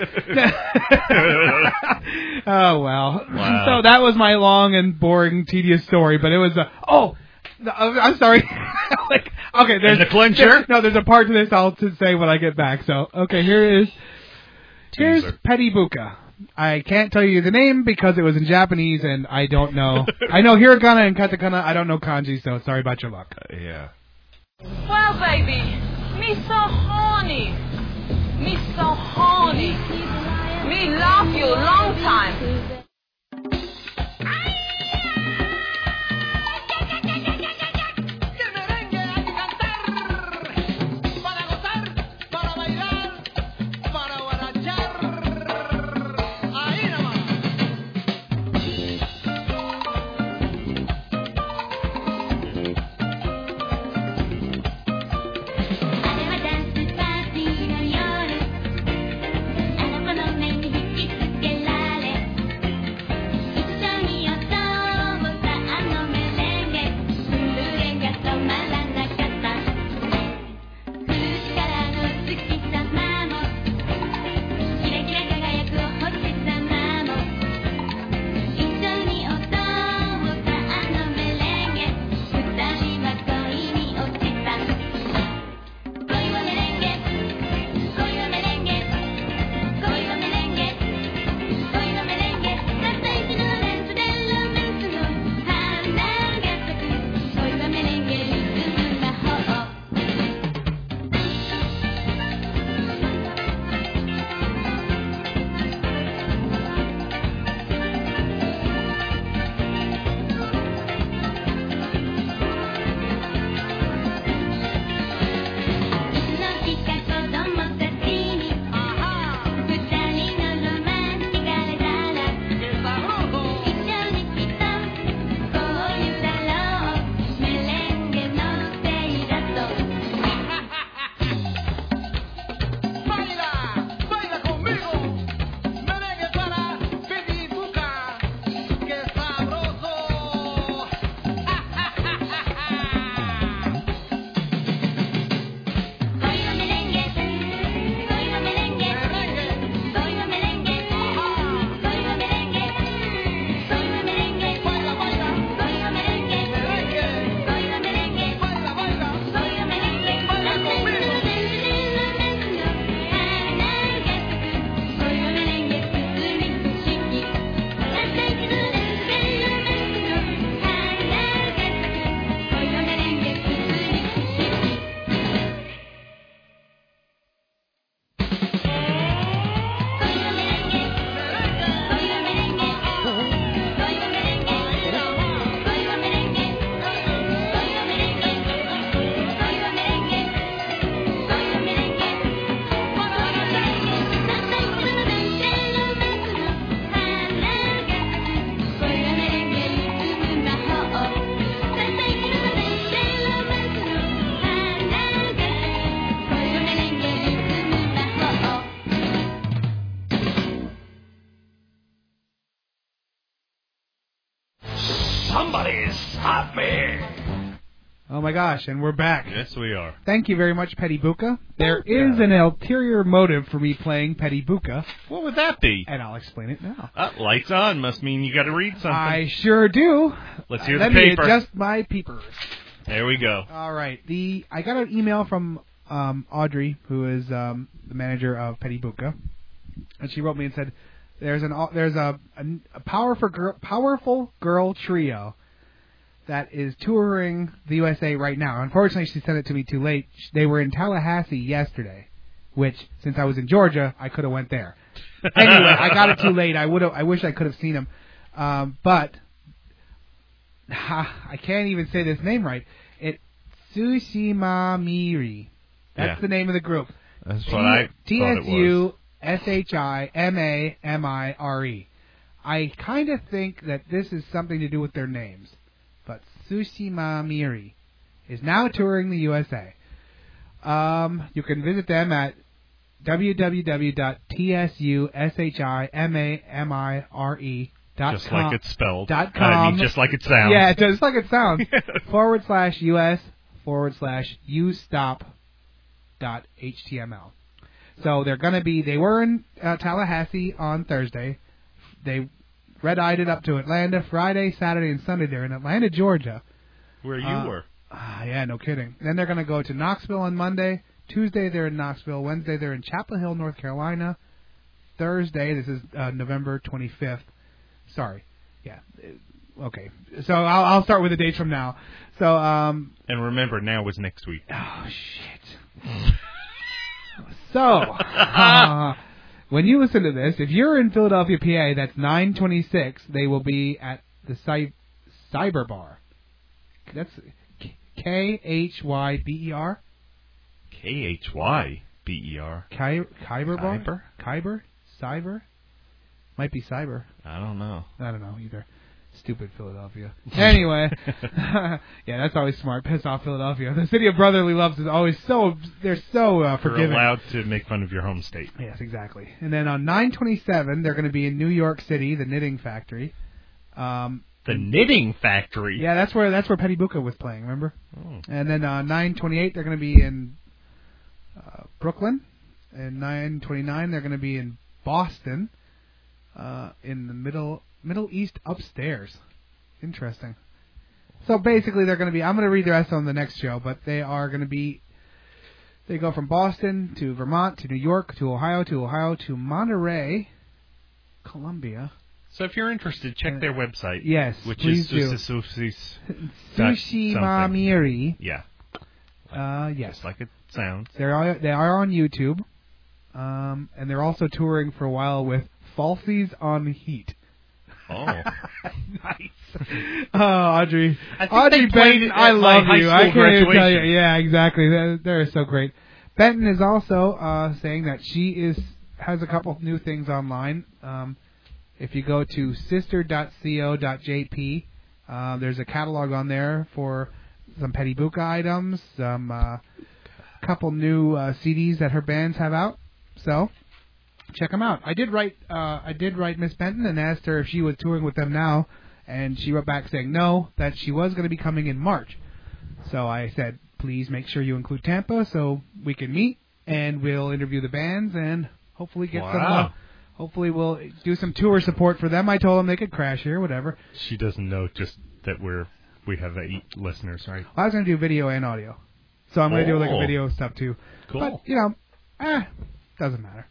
Speaker 9: [laughs] oh well.
Speaker 8: Wow.
Speaker 9: So that was my long and boring, tedious story, but it was. Uh, oh, no, I'm sorry. [laughs] like, okay, there's
Speaker 8: And the clincher?
Speaker 9: no, there's a part to this I'll to say when I get back. So okay, here is here's
Speaker 8: Teaser.
Speaker 9: Petty Buka. I can't tell you the name because it was in Japanese and I don't
Speaker 8: [laughs]
Speaker 9: know. I know hiragana and katakana. I don't know kanji, so sorry about your luck.
Speaker 8: Yeah.
Speaker 3: Well, baby, me so horny. Me so horny. Me love you long time.
Speaker 5: Somebody stop me!
Speaker 9: Oh my gosh, and we're back.
Speaker 8: Yes, we are.
Speaker 9: Thank you very much, Petty Buka. There is an ulterior motive for me playing Petty Buka,
Speaker 8: What would that be?
Speaker 9: and I'll explain it
Speaker 8: [laughs]
Speaker 9: now.
Speaker 8: Uh, lights on must mean you got to read something.
Speaker 9: I sure do.
Speaker 8: Let's hear
Speaker 9: Let
Speaker 8: the
Speaker 9: me
Speaker 8: paper.
Speaker 9: adjust my peepers.
Speaker 8: There we go.
Speaker 9: All right. The I got an email from um, Audrey, who is um, the manager of Petty Buka, and she wrote me and said, "There's an au- there's a, a, a powerful girl, powerful girl trio that is touring the USA right now. Unfortunately, she sent it to me too late. Sh- They were in Tallahassee yesterday, which since I was in Georgia, I could have went there. anyway, I got it too late. I would have. I wish I could have seen him, um, but." [laughs] I can't even say this name right. It Tsushima Miri. That's
Speaker 8: Yeah.
Speaker 9: the name of the group.
Speaker 8: That's what I
Speaker 9: T
Speaker 8: thought
Speaker 9: S
Speaker 8: it was.
Speaker 9: U S H I M A M I R E. I kind of think that this is something to do with their names, but Tsushima Miri is now touring the USA. Um, you can visit them at www.tsushimamire.com.
Speaker 8: Just like it's spelled.
Speaker 9: dot
Speaker 8: I
Speaker 9: com.
Speaker 8: mean, just like it sounds.
Speaker 9: Yeah, it's just like it sounds. forward slash us forward slash you stop dot html. So they're gonna be. They were in uh, Tallahassee on Thursday. They red eyed it up to Atlanta Friday, Saturday, and Sunday. They're in Atlanta, Georgia.
Speaker 8: Where you
Speaker 9: Uh,
Speaker 8: were.
Speaker 9: Ah, yeah, no kidding. Then they're gonna go to Knoxville on Monday. Tuesday they're in Knoxville. Wednesday they're in Chapel Hill, North Carolina. Thursday, this is uh, November 25th. Sorry, yeah, uh, okay. So I'll, I'll start with the dates from now. So um,
Speaker 8: And remember, now is next week.
Speaker 9: Oh shit. so, uh, when you listen to this, if you're in Philadelphia, PA, that's 926. They will be at the cy- Cyber Bar. That's K H Y B E R.
Speaker 8: K H Y B E R.
Speaker 9: Ky- Kyber
Speaker 8: Kyber?
Speaker 9: Bar. Kyber. Cyber. Might be cyber.
Speaker 8: I don't know.
Speaker 9: I don't know either. Stupid Philadelphia. Anyway, [laughs] yeah, that's always smart. Piss off Philadelphia. The city of brotherly loves is always so they're so uh,
Speaker 8: You're
Speaker 9: forgiving.
Speaker 8: allowed to make fun of your home state.
Speaker 9: Yes, exactly. And then on 927, they're going to be in New York City, the Knitting Factory. Um,
Speaker 8: The Knitting Factory.
Speaker 9: yeah, that's where that's where Petty Buka was playing. Remember?
Speaker 8: Oh.
Speaker 9: And then uh, 928, they're going to be in uh, Brooklyn. And 929, they're going to be in Boston, uh, in the middle Middle East upstairs. Interesting. So basically, they're going to be. I'm going to read the rest on the next show, but they are going to be. They go from Boston to Vermont to New York to Ohio to Ohio to Monterey, Columbia.
Speaker 8: So if you're interested, check their website.
Speaker 9: Yes,
Speaker 8: Which
Speaker 9: please
Speaker 8: is
Speaker 9: do.
Speaker 8: Susisusis. Dot
Speaker 9: Sushi
Speaker 8: something.
Speaker 9: Mamiri.
Speaker 8: Yeah,
Speaker 9: Uh, yes.
Speaker 8: just like it
Speaker 9: [laughs]
Speaker 8: sounds.
Speaker 9: They are they are on YouTube, um, and they're also touring for a while with Falsies on Heat.
Speaker 8: Oh, [laughs]
Speaker 9: nice. Oh, Audrey,
Speaker 8: I think
Speaker 9: Audrey
Speaker 8: they played
Speaker 9: Benton,
Speaker 8: it at
Speaker 9: I
Speaker 8: my
Speaker 9: love
Speaker 8: high
Speaker 9: you.
Speaker 8: school
Speaker 9: I can't even tell you.
Speaker 8: graduation.
Speaker 9: Yeah, exactly. They're, they're so great. Benton is also uh, saying that she is has a couple new things online. Um, if you go to sister.co.jp, uh, there's a catalog on there for some Petty Buka items, some uh, couple new uh, CDs that her bands have out. So check them out. I did write uh, I did write Miss Benton and asked her if she was touring with them now, and she wrote back saying no, that she was going to be coming in March. So I said, please make sure you include Tampa so we can meet and we'll interview the bands and hopefully get some.
Speaker 8: Wow.
Speaker 9: Uh, hopefully we'll do some tour support for them. I told them they could crash here, whatever.
Speaker 8: she doesn't know just that we're we have eight listeners,
Speaker 9: [laughs]
Speaker 8: right?
Speaker 9: I was going to do video and audio, so I'm going to do like
Speaker 8: Oh.
Speaker 9: a video stuff too.
Speaker 8: Cool.
Speaker 9: But you know, eh, doesn't matter.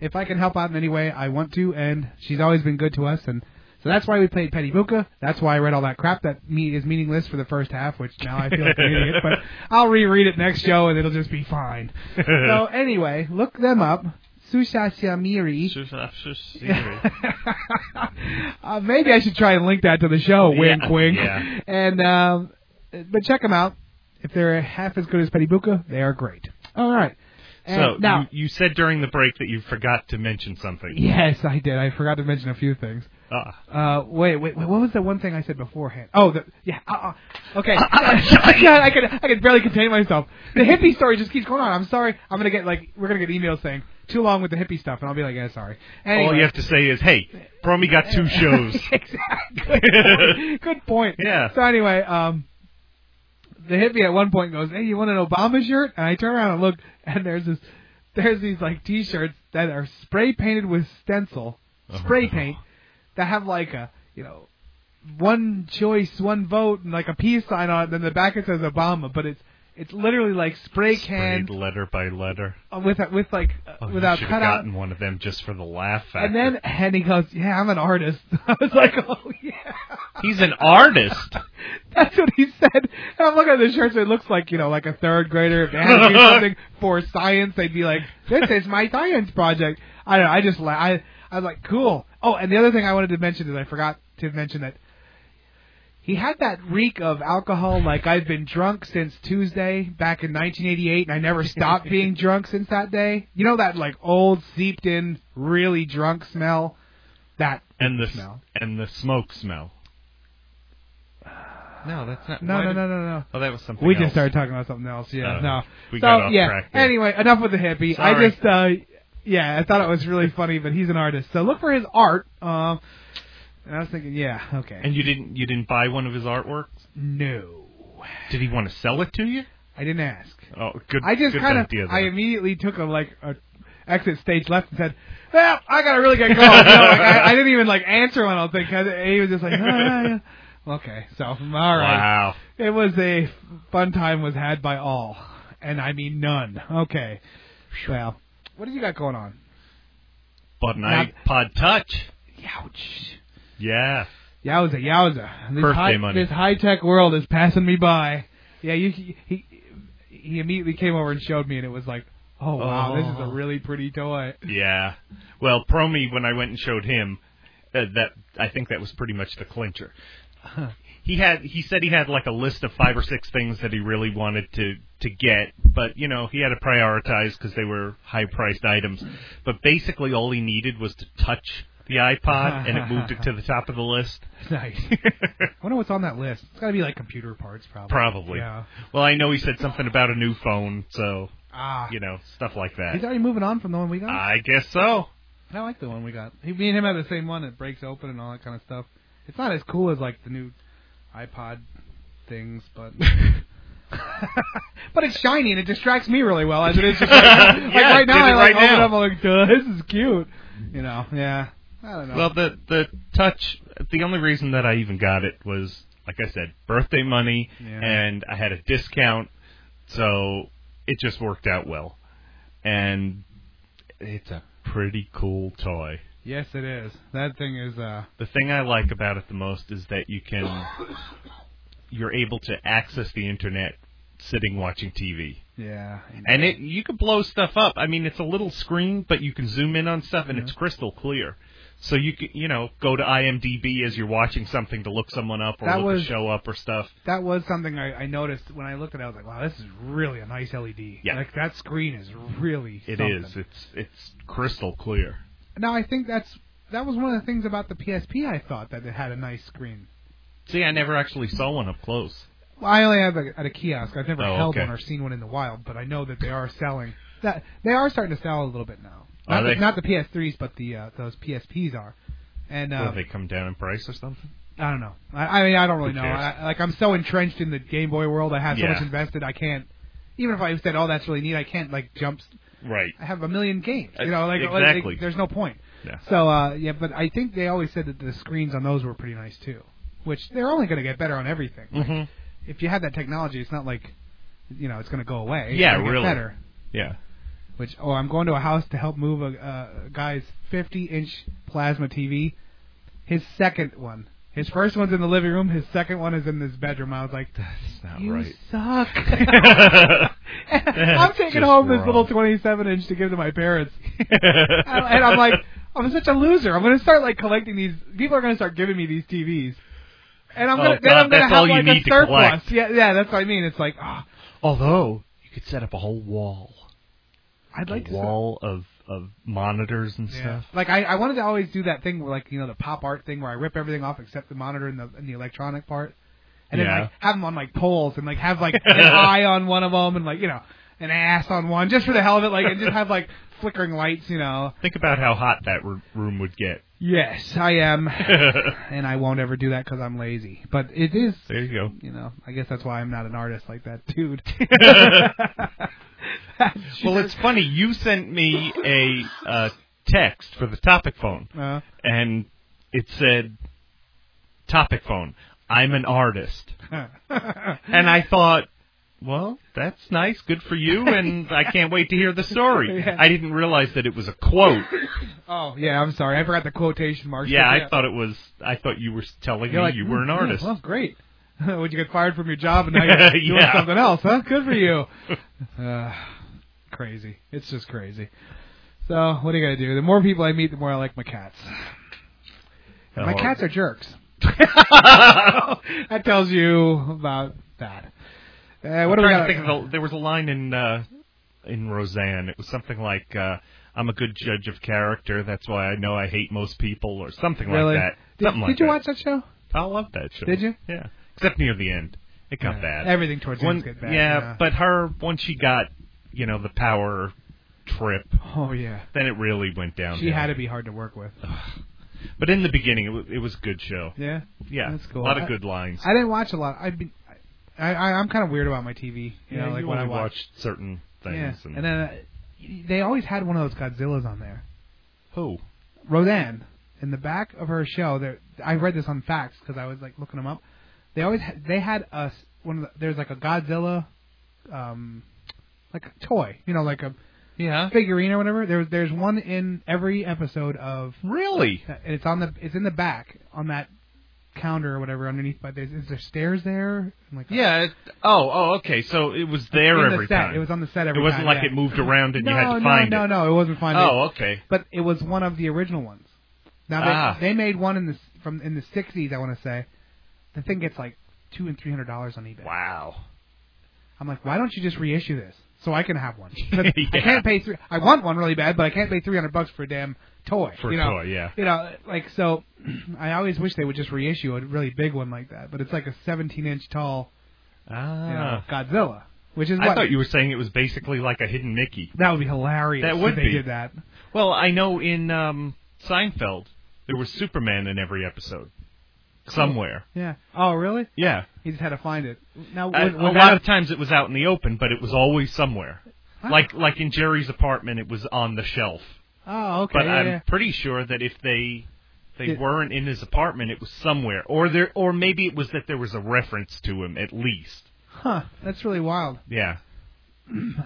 Speaker 9: If I can help out in any way, I want to, and she's always been good to us, and so that's why we played Petty Buka. That's why I read all that crap that me is meaningless for the first half, which now I feel like an idiot. But
Speaker 8: [laughs]
Speaker 9: I'll reread it next show, and it'll just be fine. so anyway, look them up. Sushashamiri. [laughs] uh, maybe I should try and link that to the show. Wink,
Speaker 8: Yeah,
Speaker 9: wink.
Speaker 8: yeah.
Speaker 9: And um, but check them out. If they're half as good as Petty Buka, they are great. All right. And
Speaker 8: so
Speaker 9: now,
Speaker 8: you, you said during the break that you forgot to mention something.
Speaker 9: yes, I did. I forgot to mention a few things.
Speaker 8: Ah.
Speaker 9: Uh, wait, wait, wait. What was the one thing I said beforehand? Oh, the, yeah. Uh, uh,
Speaker 8: [laughs]
Speaker 9: okay. God, [laughs] I could, I could barely contain myself. The hippie story just keeps going on. I'm sorry. I'm gonna get like, we're gonna get emails saying too long with the hippie stuff, and I'll be like, yeah, sorry. Anyway.
Speaker 8: All you have to say is, "Hey, Bromy got two
Speaker 9: [laughs]
Speaker 8: shows."
Speaker 9: exactly. Good
Speaker 8: [laughs]
Speaker 9: point. Good point.
Speaker 8: Yeah.
Speaker 9: So anyway, um, the hippie at one point goes, "Hey, you want an Obama shirt?" And I turn around and look, and there's this, there's these like T-shirts that
Speaker 8: Uh-huh.
Speaker 9: are spray painted with stencil, spray paint, that have like a you know one choice, one vote, and like a peace sign on it. Then the back it says Obama, but it's it's literally like spray can
Speaker 8: Sprayed letter by letter.
Speaker 9: uh, with with like uh,
Speaker 8: Oh,
Speaker 9: without
Speaker 8: you should have
Speaker 9: cutout.
Speaker 8: gotten one of them just for the laugh factor.
Speaker 9: And then and he goes, "Yeah, I'm an artist." [laughs] I was like, "Oh yeah."
Speaker 8: he's an
Speaker 9: [laughs]
Speaker 8: artist.
Speaker 9: That's what he said. And I'm looking at the shirts. It looks like you know, like a third grader if they
Speaker 8: [laughs]
Speaker 9: had to do something for science. They'd be like, "This is my science project." I don't know. I just la- I I was like, "Cool." Oh, and the other thing I wanted to mention is I forgot to mention that he had that reek of alcohol. Like I've been drunk since Tuesday back in 1988, and I
Speaker 8: [laughs]
Speaker 9: never stopped being drunk since that day. You know that like old seeped in, really drunk smell. That
Speaker 8: and the
Speaker 9: smell.
Speaker 8: and the smoke smell. No, that's not.
Speaker 9: No,
Speaker 8: why
Speaker 9: no,
Speaker 8: did-
Speaker 9: no, no, no.
Speaker 8: Oh, that was something.
Speaker 9: We
Speaker 8: else.
Speaker 9: just started talking about something else. Yeah,
Speaker 8: Oh,
Speaker 9: no.
Speaker 8: we
Speaker 9: so
Speaker 8: got off
Speaker 9: yeah.
Speaker 8: track there.
Speaker 9: Anyway, enough with the hippie. I
Speaker 8: Sorry.
Speaker 9: just uh, yeah, I thought it was really funny, but he's an artist, so look for his art. Um, and I was thinking, yeah, okay.
Speaker 8: And you didn't you didn't buy one of his artworks?
Speaker 9: no,
Speaker 8: Did he want to sell it to you?
Speaker 9: I didn't ask.
Speaker 8: Oh, good.
Speaker 9: I just
Speaker 8: good
Speaker 9: kind
Speaker 8: idea
Speaker 9: of
Speaker 8: there.
Speaker 9: I immediately took a like a exit stage left and said, "Well, I gotta really get going." You know, like, I, I didn't even like answer one. I don't think 'cause he was just like, "Oh, yeah, yeah." "Okay, so all right."
Speaker 8: Wow.
Speaker 9: It was a fun time was had by all, and I mean none. Okay. Well, what do you got going on?
Speaker 8: But an iPod Touch.
Speaker 9: Ouch.
Speaker 8: Yeah.
Speaker 9: Yowza, yowza. This
Speaker 8: Birthday
Speaker 9: high,
Speaker 8: money.
Speaker 9: This high-tech world is passing me by. Yeah, you, he, he immediately came over and showed me, and it was like, oh, wow, this is a
Speaker 8: Oh.
Speaker 9: really
Speaker 8: [laughs]
Speaker 9: pretty toy.
Speaker 8: Yeah. Well, Promi, when I went and showed him, uh, that I think that was pretty much the clincher. He had he said he had like a list of five or six things that he really wanted to to get, but you know he had to prioritize because they were high priced items. But basically, all he needed was to touch the iPod, and it moved it to the top of the list.
Speaker 9: Nice. I wonder what's on that list. It's got to be like computer parts, probably.
Speaker 8: Probably.
Speaker 9: Yeah.
Speaker 8: Well, I know he said something about a new phone, so
Speaker 9: Ah.
Speaker 8: you know stuff like
Speaker 9: He's
Speaker 8: that.
Speaker 9: already moving on from the one we got.
Speaker 8: I guess so.
Speaker 9: I like the one we got. He, me and him had the same one that breaks open and all that kind of stuff. It's not as cool as like the new iPod things,
Speaker 8: [laughs]
Speaker 9: but but it's shiny and it distracts me really well as it
Speaker 8: [laughs]
Speaker 9: is. Just like, like
Speaker 8: Yeah,
Speaker 9: right now,
Speaker 8: did it
Speaker 9: I like
Speaker 8: right
Speaker 9: open
Speaker 8: now.
Speaker 9: up, I'm like, duh, this is cute. You know, yeah. I don't know.
Speaker 8: Well, the the touch. The only reason that I even got it was, like I said, birthday money,
Speaker 9: Yeah.
Speaker 8: and I had a discount, so it just worked out well. And it's a pretty cool toy.
Speaker 9: yes, it is. That thing is. uh
Speaker 8: The thing I like about it the most is that you can, [coughs] you're able to access the internet sitting watching TV.
Speaker 9: Yeah.
Speaker 8: And it you can blow stuff up. I mean, it's a little screen, but you can zoom in on stuff, and it's crystal clear. So you can you know go to IMDb as you're watching something to look someone up or
Speaker 9: That
Speaker 8: look
Speaker 9: was-
Speaker 8: a show up or stuff.
Speaker 9: that was something I, I noticed when I looked at it. I was like, wow, this is really a nice LED.
Speaker 8: Yeah.
Speaker 9: Like that screen is really.
Speaker 8: It
Speaker 9: something.
Speaker 8: is. It's it's crystal clear.
Speaker 9: Now I think that's that was one of the things about the PSP. I thought that it had a nice screen.
Speaker 8: See, I never actually saw one up close.
Speaker 9: Well, I only have a, at a kiosk. I've never
Speaker 8: Oh,
Speaker 9: held
Speaker 8: okay.
Speaker 9: one or seen one in the wild, but I know that they are selling. That they are starting to sell a little bit now.
Speaker 8: Are
Speaker 9: Not, the,
Speaker 8: they?
Speaker 9: not the PS3s, but the uh, those PSPs are. And
Speaker 8: Will
Speaker 9: um,
Speaker 8: they come down in price or something?
Speaker 9: I don't know. I, I mean, I don't really
Speaker 8: Who
Speaker 9: know.
Speaker 8: cares?
Speaker 9: I, like I'm so entrenched in the Game Boy world. I have so
Speaker 8: Yeah.
Speaker 9: much invested. I can't. Even if I said, "Oh, that's really neat," I can't like jump.
Speaker 8: Right.
Speaker 9: I have a million games.
Speaker 8: Uh,
Speaker 9: You know, like like-
Speaker 8: exactly.
Speaker 9: there's no point.
Speaker 8: Yeah.
Speaker 9: So uh, yeah, but I think they always said that the screens on those were pretty nice too, which they're only going to get better on everything. Like,
Speaker 8: Mhm.
Speaker 9: If you have that technology, it's not like you know it's going to go away. It's
Speaker 8: Yeah,
Speaker 9: gonna get
Speaker 8: really.
Speaker 9: Better. [laughs]
Speaker 8: Yeah.
Speaker 9: Which oh, I'm going to a house to help move a, uh, a guy's 50 inch plasma TV. His second one. His first one's in the living room. His second one is in this bedroom. I was like,
Speaker 8: That's not
Speaker 9: you
Speaker 8: right. [laughs]
Speaker 9: suck. [laughs] I'm taking
Speaker 8: just
Speaker 9: home this
Speaker 8: wrong.
Speaker 9: little 27 inch to give to my parents. [laughs] And- and I'm like, I'm such a loser. I'm gonna start like collecting these. People are gonna start giving me these TVs, and I'm
Speaker 8: Oh,
Speaker 9: gonna then
Speaker 8: God,
Speaker 9: I'm gonna
Speaker 8: that's
Speaker 9: have
Speaker 8: all you
Speaker 9: like a
Speaker 8: need to
Speaker 9: surplus.
Speaker 8: collect.
Speaker 9: Yeah, yeah, that's what I mean. It's like, ah,
Speaker 8: although you could set up a whole wall,
Speaker 9: I'd like
Speaker 8: a
Speaker 9: to.
Speaker 8: wall of of monitors and
Speaker 9: Yeah.
Speaker 8: stuff.
Speaker 9: Like I, I wanted to always do that thing where like you know the pop art thing where I rip everything off except the monitor and the and the electronic part, and
Speaker 8: Yeah.
Speaker 9: then like have them on like poles and like
Speaker 8: [laughs]
Speaker 9: have like an eye on one of them and like you know an ass on one just for the hell of it like and just have like flickering lights you know.
Speaker 8: Think about how hot that r- room would get.
Speaker 9: Yes, I
Speaker 8: [laughs]
Speaker 9: am.
Speaker 8: there
Speaker 9: and I won't ever do that because I'm lazy. But it is,
Speaker 8: you go.
Speaker 9: you know, I guess that's why I'm not an artist like
Speaker 8: [laughs]
Speaker 9: that [laughs] dude.
Speaker 8: Well, it's funny. You sent me a uh, text for the topic phone,
Speaker 9: Uh,
Speaker 8: and it said topic phone. I'm an artist. and I thought, well, that's nice. Good for
Speaker 9: [laughs]
Speaker 8: you. And I can't wait to hear the story.
Speaker 9: Yeah.
Speaker 8: I didn't realize that it was a
Speaker 9: [laughs]
Speaker 8: quote.
Speaker 9: [laughs] Oh yeah, I'm sorry. I forgot the quotation marks.
Speaker 8: Yeah, I thought it was. I thought you were telling
Speaker 9: You're
Speaker 8: me
Speaker 9: like,
Speaker 8: you were an
Speaker 9: "Mm, yeah,
Speaker 8: artist.
Speaker 9: Well, great. [laughs] Would you get fired from your
Speaker 8: [laughs]
Speaker 9: job and now you're doing
Speaker 8: Yeah.
Speaker 9: something else? Huh? Good
Speaker 8: [laughs]
Speaker 9: for you. Uh, crazy. It's just crazy. So what are you gonna do? The more people I meet, the more I like my cats. And my
Speaker 8: Oh.
Speaker 9: cats are jerks.
Speaker 8: [laughs]
Speaker 9: that tells you about that. Uh,
Speaker 8: I'm
Speaker 9: what do we
Speaker 8: trying
Speaker 9: got?
Speaker 8: to think of the, there was a line in uh, in Roseanne. It was something like, uh, "I'm a good judge of character. That's why I know I hate most people," or something
Speaker 9: Really?
Speaker 8: like that.
Speaker 9: Did,
Speaker 8: Something
Speaker 9: did
Speaker 8: like
Speaker 9: you
Speaker 8: that.
Speaker 9: watch that show?
Speaker 8: I love that show.
Speaker 9: Did you?
Speaker 8: Yeah. Except near the end, it got
Speaker 9: Yeah.
Speaker 8: bad.
Speaker 9: Everything towards the
Speaker 8: One-
Speaker 9: end got bad.
Speaker 8: yeah, but her once she got you know the power trip,
Speaker 9: oh yeah,
Speaker 8: then it really went down.
Speaker 9: she had to be hard to work with.
Speaker 8: But in the beginning, it, w- it was a good show.
Speaker 9: Yeah.
Speaker 8: Yeah,
Speaker 9: That's cool.
Speaker 8: a lot of
Speaker 9: I-
Speaker 8: good lines.
Speaker 9: I didn't watch a lot. I've been, I, I I'm kind of weird about my TV. You know, like
Speaker 8: you
Speaker 9: when I
Speaker 8: only
Speaker 9: watch.
Speaker 8: watched certain things.
Speaker 9: yeah, and then uh, they always had one of those Godzillas on there.
Speaker 8: who?
Speaker 9: Roseanne in the back of her show. There, I read this on facts because I was like looking them up. They always had, they had us one of the, there's like a Godzilla, um, like a toy. You know, like a
Speaker 8: Uh-huh. Yeah.
Speaker 9: figurine or whatever. There's there's one in every episode of
Speaker 8: Really?
Speaker 9: and it's on the it's in the back on that counter or whatever underneath. But there's is there stairs there? And like a-
Speaker 8: Yeah. It, oh, oh, okay. So it was there
Speaker 9: in the
Speaker 8: every
Speaker 9: set.
Speaker 8: time.
Speaker 9: It was on the set
Speaker 8: It
Speaker 9: every
Speaker 8: wasn't
Speaker 9: time,
Speaker 8: like
Speaker 9: yeah.
Speaker 8: it moved around and
Speaker 9: no,
Speaker 8: you had to
Speaker 9: no,
Speaker 8: find
Speaker 9: no,
Speaker 8: it.
Speaker 9: no, it wasn't finding.
Speaker 8: Oh, okay.
Speaker 9: but it was one of the original ones. Now they,
Speaker 8: Ah.
Speaker 9: they made one in the s- from in the '60s. I want to say the thing gets like two and three hundred dollars on eBay.
Speaker 8: Wow.
Speaker 9: I'm like, why don't you just reissue this so I can have
Speaker 8: [laughs]
Speaker 9: one? 'Cause I
Speaker 8: Yeah.
Speaker 9: can't pay three. I want one really bad, but I can't pay three hundred bucks for a damn toy.
Speaker 8: For
Speaker 9: you know?
Speaker 8: toy, yeah.
Speaker 9: You know, like so. [clears throat] I always wish they would just reissue a really big one like that, but it's like a 17 inch tall
Speaker 8: Ah.
Speaker 9: you know, Godzilla, which is
Speaker 8: I
Speaker 9: what
Speaker 8: thought you were saying it was basically like a hidden Mickey.
Speaker 9: that would be hilarious.
Speaker 8: That
Speaker 9: if
Speaker 8: would
Speaker 9: they
Speaker 8: be.
Speaker 9: did that.
Speaker 8: Well, I know in um, Seinfeld there was Superman in every episode. Somewhere.
Speaker 9: Yeah. Oh, really?
Speaker 8: Yeah.
Speaker 9: He just had to find it. Now,
Speaker 8: Uh,
Speaker 9: would, would
Speaker 8: a lot
Speaker 9: that have-
Speaker 8: of times it was out in the open, but it was always somewhere. Like like in Jerry's apartment, it was on the shelf.
Speaker 9: Oh, okay.
Speaker 8: But
Speaker 9: yeah,
Speaker 8: I'm
Speaker 9: yeah.
Speaker 8: pretty sure that if they they
Speaker 9: Did-
Speaker 8: weren't in his apartment, it was somewhere, or there, or maybe it was that there was a reference to him at least.
Speaker 9: Huh. That's really wild.
Speaker 8: Yeah.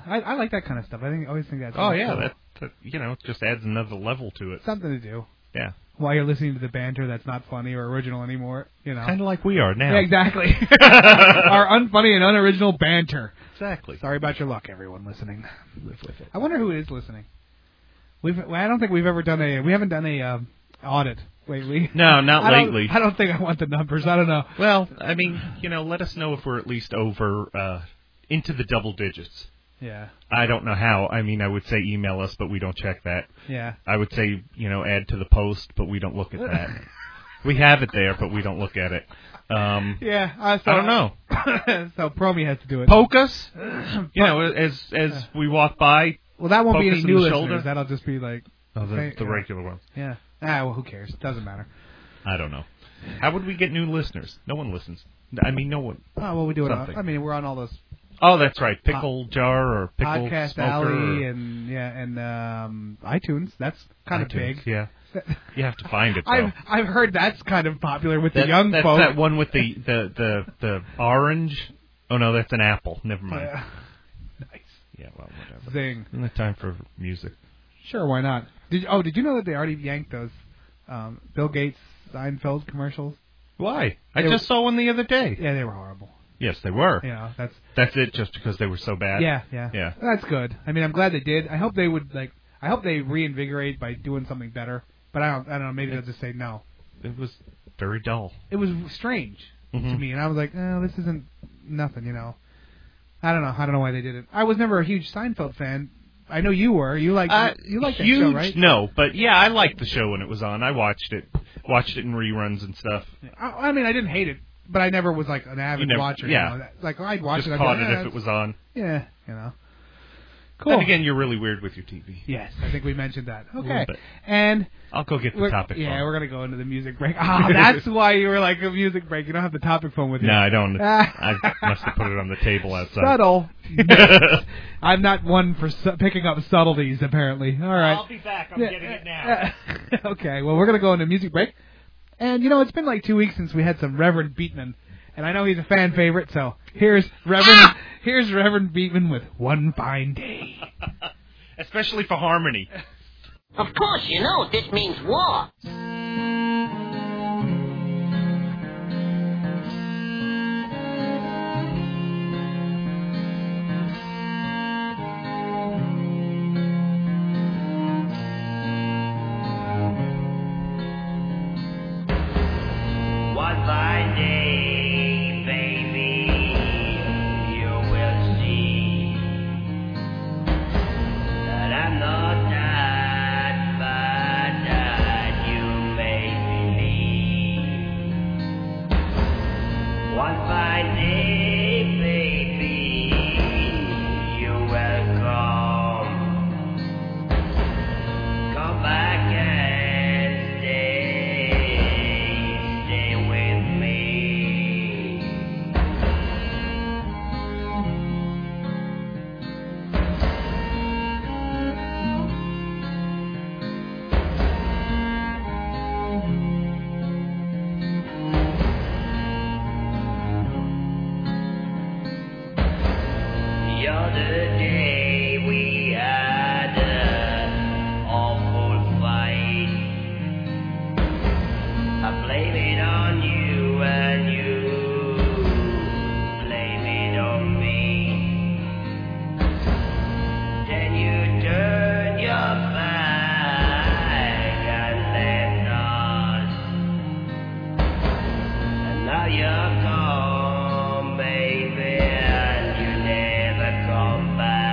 Speaker 9: I, I like that kind of stuff. I think I always think that's.
Speaker 8: Oh yeah,
Speaker 9: cool.
Speaker 8: that, that you know just adds another level to it.
Speaker 9: something to do
Speaker 8: Yeah.
Speaker 9: while you're listening to the banter that's not funny or original anymore. You know.
Speaker 8: Kind of like we are now.
Speaker 9: Yeah, exactly. [laughs]
Speaker 8: [laughs]
Speaker 9: Our unfunny and unoriginal banter.
Speaker 8: exactly.
Speaker 9: Sorry about your luck, everyone listening. Live with it. I wonder who is listening. We've. I don't think we've ever done a. We haven't done a um, audit lately.
Speaker 8: [laughs] No, not
Speaker 9: [laughs] I don't-
Speaker 8: lately.
Speaker 9: I don't think I want the numbers. I don't know.
Speaker 8: Well, I mean, you know, let us know if we're at least over uh, into the double digits.
Speaker 9: Yeah.
Speaker 8: I don't know how. I mean, I would say email us, but we don't check that.
Speaker 9: Yeah.
Speaker 8: I would say, you know, add to the post, but we don't look at [laughs] that. we have it there, but we don't look at it. Um,
Speaker 9: Yeah. Uh, so,
Speaker 8: I don't know.
Speaker 9: [laughs] so Promi has to do it.
Speaker 8: Poke
Speaker 9: [clears throat]
Speaker 8: us, you know, as as we walk by.
Speaker 9: Well, that won't be
Speaker 8: Focus
Speaker 9: any
Speaker 8: on
Speaker 9: new
Speaker 8: the
Speaker 9: listeners.
Speaker 8: shoulder.
Speaker 9: That'll just be like,
Speaker 8: Oh, the,
Speaker 9: Thank
Speaker 8: the
Speaker 9: you.
Speaker 8: regular ones.
Speaker 9: yeah. Ah, well, who cares? Doesn't matter.
Speaker 8: I don't know. How would we get new listeners? No one listens. I mean, no one.
Speaker 9: Oh, well, we do it. On,
Speaker 8: Something.
Speaker 9: I mean, we're on all those
Speaker 8: Oh, that's right. Pickle jar or pickle
Speaker 9: podcast
Speaker 8: smoker
Speaker 9: alley
Speaker 8: or
Speaker 9: and yeah, and um, iTunes. That's kind of
Speaker 8: iTunes.
Speaker 9: big. [laughs]
Speaker 8: Yeah, you have to find it. Though.
Speaker 9: I've I've heard that's kind of popular with
Speaker 8: That-
Speaker 9: the young
Speaker 8: that's
Speaker 9: folk.
Speaker 8: that one with the, the, the, the orange. Oh no, that's an apple. Never mind.
Speaker 9: Yeah.
Speaker 8: Yeah, well, whatever.
Speaker 9: Zing.
Speaker 8: Isn't it time for music?
Speaker 9: Sure, why not? Did oh, did you know that they already yanked those um, Bill Gates Seinfeld commercials?
Speaker 8: Why? I
Speaker 9: They
Speaker 8: just saw one the other day.
Speaker 9: Yeah, they were horrible.
Speaker 8: Yes, they were.
Speaker 9: You know, that's
Speaker 8: That's it, just because they were so bad.
Speaker 9: Yeah, yeah,
Speaker 8: Yeah.
Speaker 9: That's good. I mean, I'm glad they did. I hope they would like. I hope they reinvigorate by doing something better. But I don't. I don't know. Maybe they'll just say no.
Speaker 8: It was very dull.
Speaker 9: It was strange to
Speaker 8: Mhm.
Speaker 9: me, and I was like, oh, this isn't nothing, you know. I don't know. I don't know why they did it. I was never a huge Seinfeld fan. I know you were. You like
Speaker 8: Uh,
Speaker 9: you like that
Speaker 8: huge,
Speaker 9: show, right?
Speaker 8: No, but yeah, I liked the show when it was on. I watched it, watched it in reruns and stuff.
Speaker 9: I, I mean, I didn't hate it, but I never was like an avid
Speaker 8: You never-
Speaker 9: watcher.
Speaker 8: yeah.
Speaker 9: You know? Like I'd watch
Speaker 8: just
Speaker 9: it. I'd
Speaker 8: caught
Speaker 9: be like,
Speaker 8: it
Speaker 9: "Eh,
Speaker 8: if it was on.
Speaker 9: Yeah, you know. Cool.
Speaker 8: Then again, you're really weird with your TV.
Speaker 9: yes, I think we mentioned that. Okay,
Speaker 8: bit.
Speaker 9: and.
Speaker 8: I'll go get the
Speaker 9: We're-
Speaker 8: topic.
Speaker 9: Yeah,
Speaker 8: phone.
Speaker 9: we're gonna go into the music break. Ah,
Speaker 8: [laughs]
Speaker 9: that's why you were like a music break. You don't have the topic phone with you.
Speaker 8: No, I
Speaker 9: [laughs]
Speaker 8: don't.
Speaker 9: Ah.
Speaker 8: I must have put it on the table outside. [laughs]
Speaker 9: Subtle. I'm not one for su- picking up subtleties. Apparently. All right.
Speaker 8: be back. I'm
Speaker 9: uh, [laughs] Yeah, uh, okay. Well, we're gonna go into music break. And you know, it's been like two weeks since we had some Reverend Beatman, and I know he's a fan favorite. So here's Reverend, here's Reverend Beatman with "One Fine Day." Oh,
Speaker 8: [laughs] Especially for harmony.
Speaker 11: Of course, you know this means war.
Speaker 4: One fine day, baby, you will see that I'm not that bad that you may believe. One fine day, baby, you will come. Come back and stay, stay with me. The other day we had an awful fight. I blame it on you and you blame it on me. Then you turned your back and left us. And now you're gone, baby, and you never come back.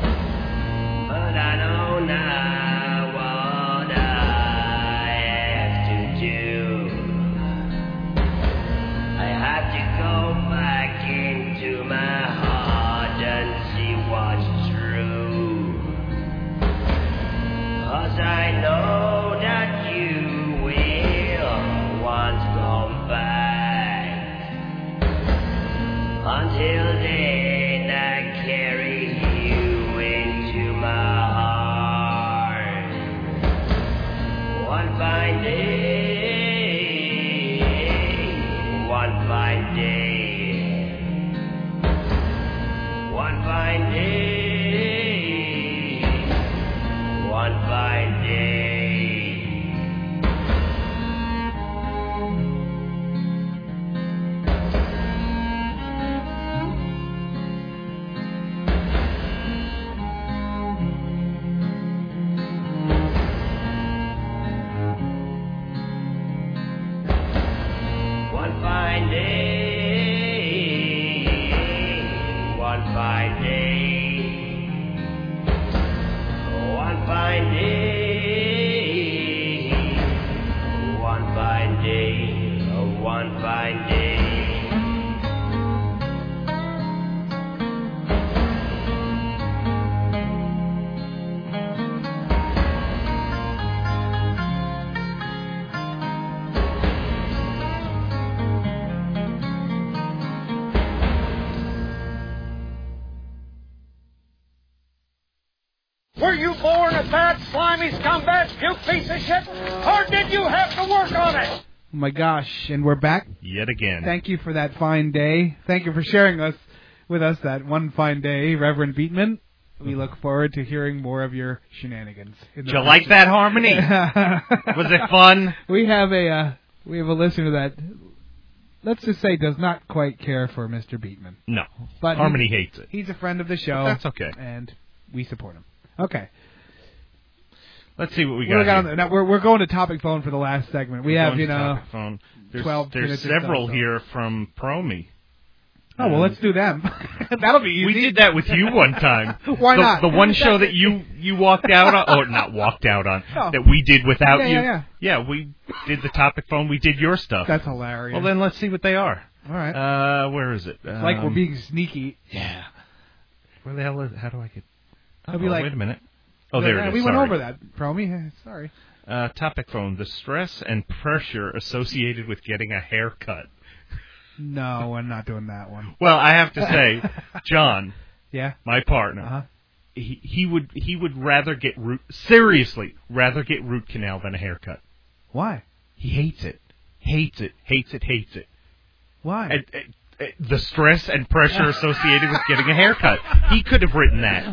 Speaker 4: But I know now what I have to do. I have to go back into my heart and see what's true. 'Cause I know that you will once come back. Until then, I carry you into my heart. One fine day, one fine day, one fine day, one fine day. One fine day, one fine day, one fine day, one fine day, oh, one fine day. Were you born a fat, slimy scumbag, puke piece of shit? Or did you have to work on it?
Speaker 9: Oh my gosh! And we're back.
Speaker 8: Yet again.
Speaker 9: Thank you for that fine day. Thank you for sharing us with us that one fine day, Reverend Beatman. We look forward to hearing more of your shenanigans. in the
Speaker 8: Did you like that harmony?
Speaker 9: [laughs] future.
Speaker 8: Was it fun?
Speaker 9: we have a uh, we have a listener that let's just say does not quite care for Mr. Beatman,
Speaker 8: No.
Speaker 9: but he-
Speaker 8: Harmony hates it.
Speaker 9: he's a friend of the show.
Speaker 8: That's okay.
Speaker 9: and we support him. Okay,
Speaker 8: Let's see what we
Speaker 9: we're,
Speaker 8: got.
Speaker 9: going
Speaker 8: here.
Speaker 9: now, we're, we're going to topic phone for the last segment. We
Speaker 8: We're
Speaker 9: have
Speaker 8: going
Speaker 9: you
Speaker 8: to
Speaker 9: know.
Speaker 8: topic phone. There's,
Speaker 9: 12
Speaker 8: there's
Speaker 9: minutes or so,
Speaker 8: several
Speaker 9: so.
Speaker 8: here from Promi.
Speaker 9: Oh well, let's do them. [laughs] That'll be easy.
Speaker 8: Um, We did that with you one time.
Speaker 9: [laughs] Why
Speaker 8: the,
Speaker 9: not?
Speaker 8: The one show
Speaker 9: [laughs]
Speaker 8: that you you walked out on, or not walked out on,
Speaker 9: Oh.
Speaker 8: that we did without
Speaker 9: Yeah,
Speaker 8: you.
Speaker 9: yeah, yeah.
Speaker 8: we did the topic phone. We did your stuff.
Speaker 9: That's hilarious.
Speaker 8: well, then let's see what they are.
Speaker 9: all right.
Speaker 8: Uh, where is it?
Speaker 9: It's like we're
Speaker 8: Um,
Speaker 9: being sneaky.
Speaker 8: Yeah. Where the hell is? How do I get?
Speaker 9: I'll be
Speaker 8: oh,
Speaker 9: like-
Speaker 8: wait a minute. Oh, there
Speaker 9: Yeah,
Speaker 8: it is.
Speaker 9: We went
Speaker 8: Sorry.
Speaker 9: over that, Promi. eh, Sorry.
Speaker 8: Uh, topic phone: the stress and pressure associated with getting a haircut.
Speaker 9: No, I'm not doing that one.
Speaker 8: Well, I have to
Speaker 9: [laughs]
Speaker 8: say, John,
Speaker 9: Yeah.
Speaker 8: my partner,
Speaker 9: Uh-huh.
Speaker 8: he, he would he would rather get root seriously rather get root canal than a haircut.
Speaker 9: Why?
Speaker 8: He hates it, hates it, hates it, hates it.
Speaker 9: Why?
Speaker 8: And, and- and the stress and pressure associated with getting a haircut. He could have written that.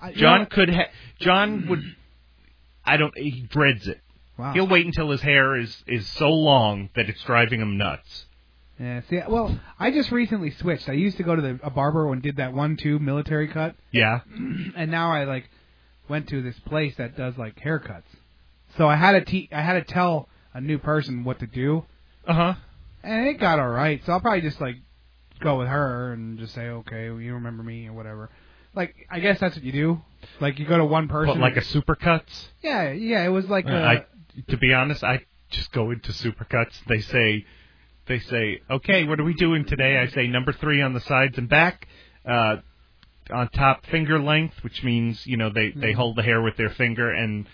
Speaker 9: I- you know
Speaker 8: John
Speaker 9: what?
Speaker 8: could. Ha- John would. I don't. He dreads it.
Speaker 9: Wow.
Speaker 8: He'll wait until his hair is is so long that it's driving him nuts.
Speaker 9: Yeah. See, well, I just recently switched. I used to go to the, a barber and did that one-two military cut, [clears throat]
Speaker 8: Yeah.
Speaker 9: and now I like went to this place that does like haircuts. So I had to te- I had to tell a new person what to do,
Speaker 8: Uh
Speaker 9: Uh-huh.
Speaker 8: huh.
Speaker 9: and it got all right. So I'll probably just like go with her and just say, okay, well, you remember me or whatever. Like I guess that's what you do. Like you go to one person.
Speaker 8: But like a supercuts.
Speaker 9: yeah, yeah. It was like uh,
Speaker 8: I, to be honest, I just go into supercuts. They say, they say, okay, what are we doing today? I say number three on the sides and back, uh, on top finger length, which means you know they they hold the hair with their finger and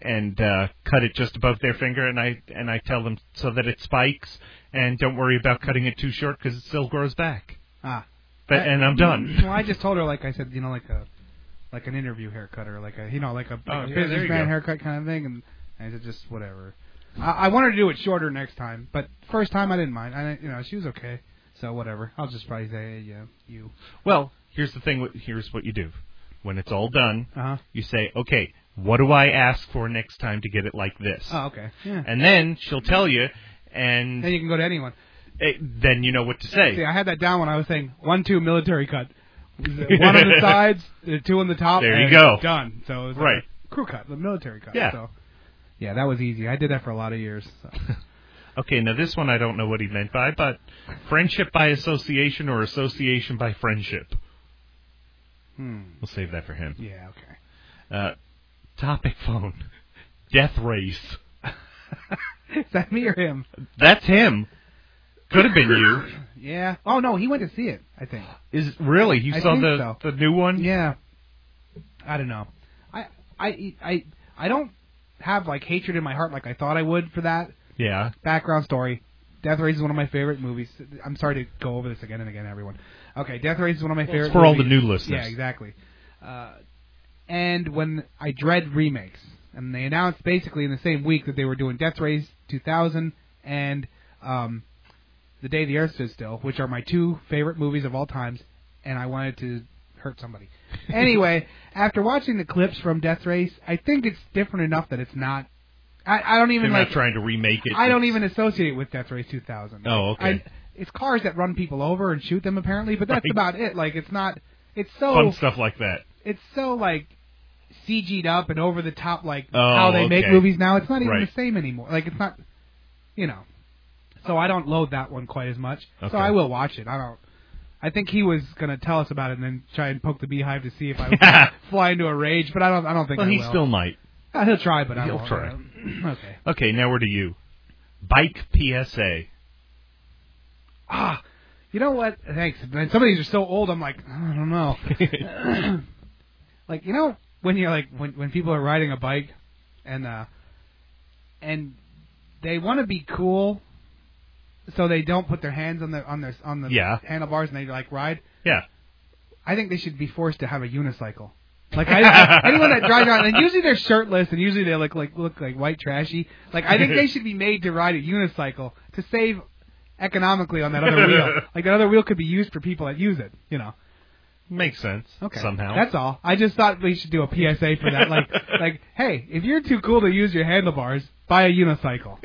Speaker 8: and uh, cut it just above their finger, and I and I tell them so that it spikes, and don't worry about cutting it too short because it still grows back.
Speaker 9: ah.
Speaker 8: But, and I'm done.
Speaker 9: Well, I just told her, like I said, you know, like a like an interview haircut or like a you know like a, like
Speaker 8: Oh,
Speaker 9: a
Speaker 8: yeah, there you
Speaker 9: businessman
Speaker 8: go.
Speaker 9: haircut kind of thing, and and I said just whatever. I, I wanted to do it shorter next time, but first time I didn't mind. I you know she was okay, so whatever. I'll just probably say hey, yeah you.
Speaker 8: Well, here's the thing. Here's what you do. When it's all done,
Speaker 9: Uh huh.
Speaker 8: you say, okay, what do I ask for next time to get it like this?
Speaker 9: Oh okay. Yeah.
Speaker 8: And then she'll tell you, and
Speaker 9: Then you can go to anyone.
Speaker 8: eh, then you know what to
Speaker 9: See,
Speaker 8: say.
Speaker 9: I had that down when I was saying one two military
Speaker 8: [laughs]
Speaker 9: cut, one on the sides, the two on the top.
Speaker 8: There you
Speaker 9: and
Speaker 8: go.
Speaker 9: Done. So it was like
Speaker 8: Right.
Speaker 9: a crew cut, the military cut.
Speaker 8: Yeah.
Speaker 9: So. Yeah, that was easy. I did that for a lot of years. So.
Speaker 8: Okay, now this one I don't know what he meant by, but friendship by association or association by friendship.
Speaker 9: Hmm.
Speaker 8: We'll save that for him.
Speaker 9: Yeah. Okay.
Speaker 8: Uh, topic phone. Death race.
Speaker 9: [laughs] Is that me or him?
Speaker 8: That's him. Could have been you.
Speaker 9: Yeah. Oh no, he went to see it. I think.
Speaker 8: Is really you
Speaker 9: I
Speaker 8: saw
Speaker 9: think
Speaker 8: the
Speaker 9: so.
Speaker 8: the new one?
Speaker 9: Yeah. I don't know. I I I I don't have like hatred in my heart like I thought I would for that
Speaker 8: Yeah.
Speaker 9: background story. Death Race is one of my favorite movies. I'm sorry to go over this again and again, everyone. Okay, Death Race is one of my favorite.
Speaker 8: It's for all the
Speaker 9: movies.
Speaker 8: new listeners.
Speaker 9: Yeah, exactly. Uh, and when I dread remakes, and they announced basically in the same week that they were doing Death Race 2000 and um, The Day the Earth Stood Still, which are my two favorite movies of all times, and I wanted to
Speaker 8: [laughs]
Speaker 9: hurt somebody. Anyway, after watching the clips from Death Race, I think it's different enough that it's not. I, I don't
Speaker 8: They're
Speaker 9: even
Speaker 8: not
Speaker 9: like.
Speaker 8: trying to remake it.
Speaker 9: I don't even associate with Death Race 2000.
Speaker 8: Oh, okay.
Speaker 9: I, it's cars that run people over and shoot them apparently, but that's
Speaker 8: Right.
Speaker 9: about it. Like it's not. It's so
Speaker 8: fun stuff like that.
Speaker 9: it's so like CG'd up and over the top, like
Speaker 8: Oh,
Speaker 9: how they make
Speaker 8: okay.
Speaker 9: movies now. It's not even
Speaker 8: Right.
Speaker 9: the same anymore. Like it's not, you know. So I don't load that one quite as much.
Speaker 8: Okay.
Speaker 9: So I will watch it. I don't. I think he was gonna tell us about it and then try and poke the beehive to see
Speaker 8: [laughs]
Speaker 9: if I would fly into a rage, but I don't. I don't think
Speaker 8: Well,
Speaker 9: I
Speaker 8: he
Speaker 9: will.
Speaker 8: still might.
Speaker 9: Uh, he'll try, but I
Speaker 8: He'll
Speaker 9: won't.
Speaker 8: try.
Speaker 9: [clears throat] okay.
Speaker 8: Okay, now we're to you. Bike PSA.
Speaker 9: [laughs] Ah, you know what? Thanks. Man, some of these are so old. I'm like, I don't know. like you know when you're like when when people are riding a bike and uh and they want to be cool so they don't put their hands on the on their on the
Speaker 8: Yeah.
Speaker 9: handlebars and they like ride
Speaker 8: Yeah.
Speaker 9: i think they should be forced to have a unicycle like I,
Speaker 8: [laughs]
Speaker 9: anyone that drives around and usually they're shirtless and usually they look like look like white trashy like i think they should be made to ride a unicycle to save economically on that other
Speaker 8: [laughs]
Speaker 9: wheel like that other wheel could be used for people that use it you know
Speaker 8: Makes sense.
Speaker 9: Okay.
Speaker 8: Somehow.
Speaker 9: That's all. I just thought we should do a PSA for
Speaker 8: [laughs]
Speaker 9: that. Like, like, hey, if you're too cool to use your handlebars, buy
Speaker 8: [laughs]
Speaker 9: a unicycle.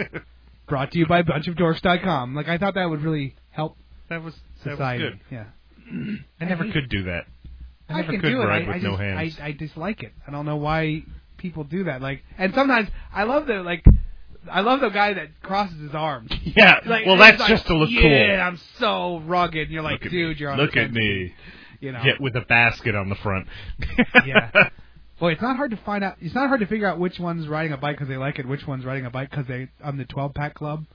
Speaker 9: Brought to you by bunchofdorks.com. Like, I thought that would really help
Speaker 8: that was that
Speaker 9: society.
Speaker 8: was good.
Speaker 9: Yeah.
Speaker 8: I never could do that. I never
Speaker 9: can
Speaker 8: could
Speaker 9: do it.
Speaker 8: ride
Speaker 9: I,
Speaker 8: with
Speaker 9: I
Speaker 8: no
Speaker 9: just,
Speaker 8: hands.
Speaker 9: I, I dislike it. I don't know why people do that. Like, and sometimes I love the like, I love the guy that crosses his arms.
Speaker 8: yeah.
Speaker 9: [laughs] Like,
Speaker 8: well,
Speaker 9: it's
Speaker 8: that's
Speaker 9: like,
Speaker 8: just to look
Speaker 9: yeah,
Speaker 8: cool.
Speaker 9: I'm so rugged. And you're like,
Speaker 8: Look at me.
Speaker 9: dude, you're on
Speaker 8: Look
Speaker 9: the
Speaker 8: at
Speaker 9: fence."
Speaker 8: me.
Speaker 9: You know.
Speaker 8: Get with a basket on the front.
Speaker 9: [laughs] Yeah.
Speaker 8: [laughs]
Speaker 9: Boy, it's not hard to find out. It's not hard to figure out which one's riding a bike because they like it, which one's riding a bike because they on the 12 pack club.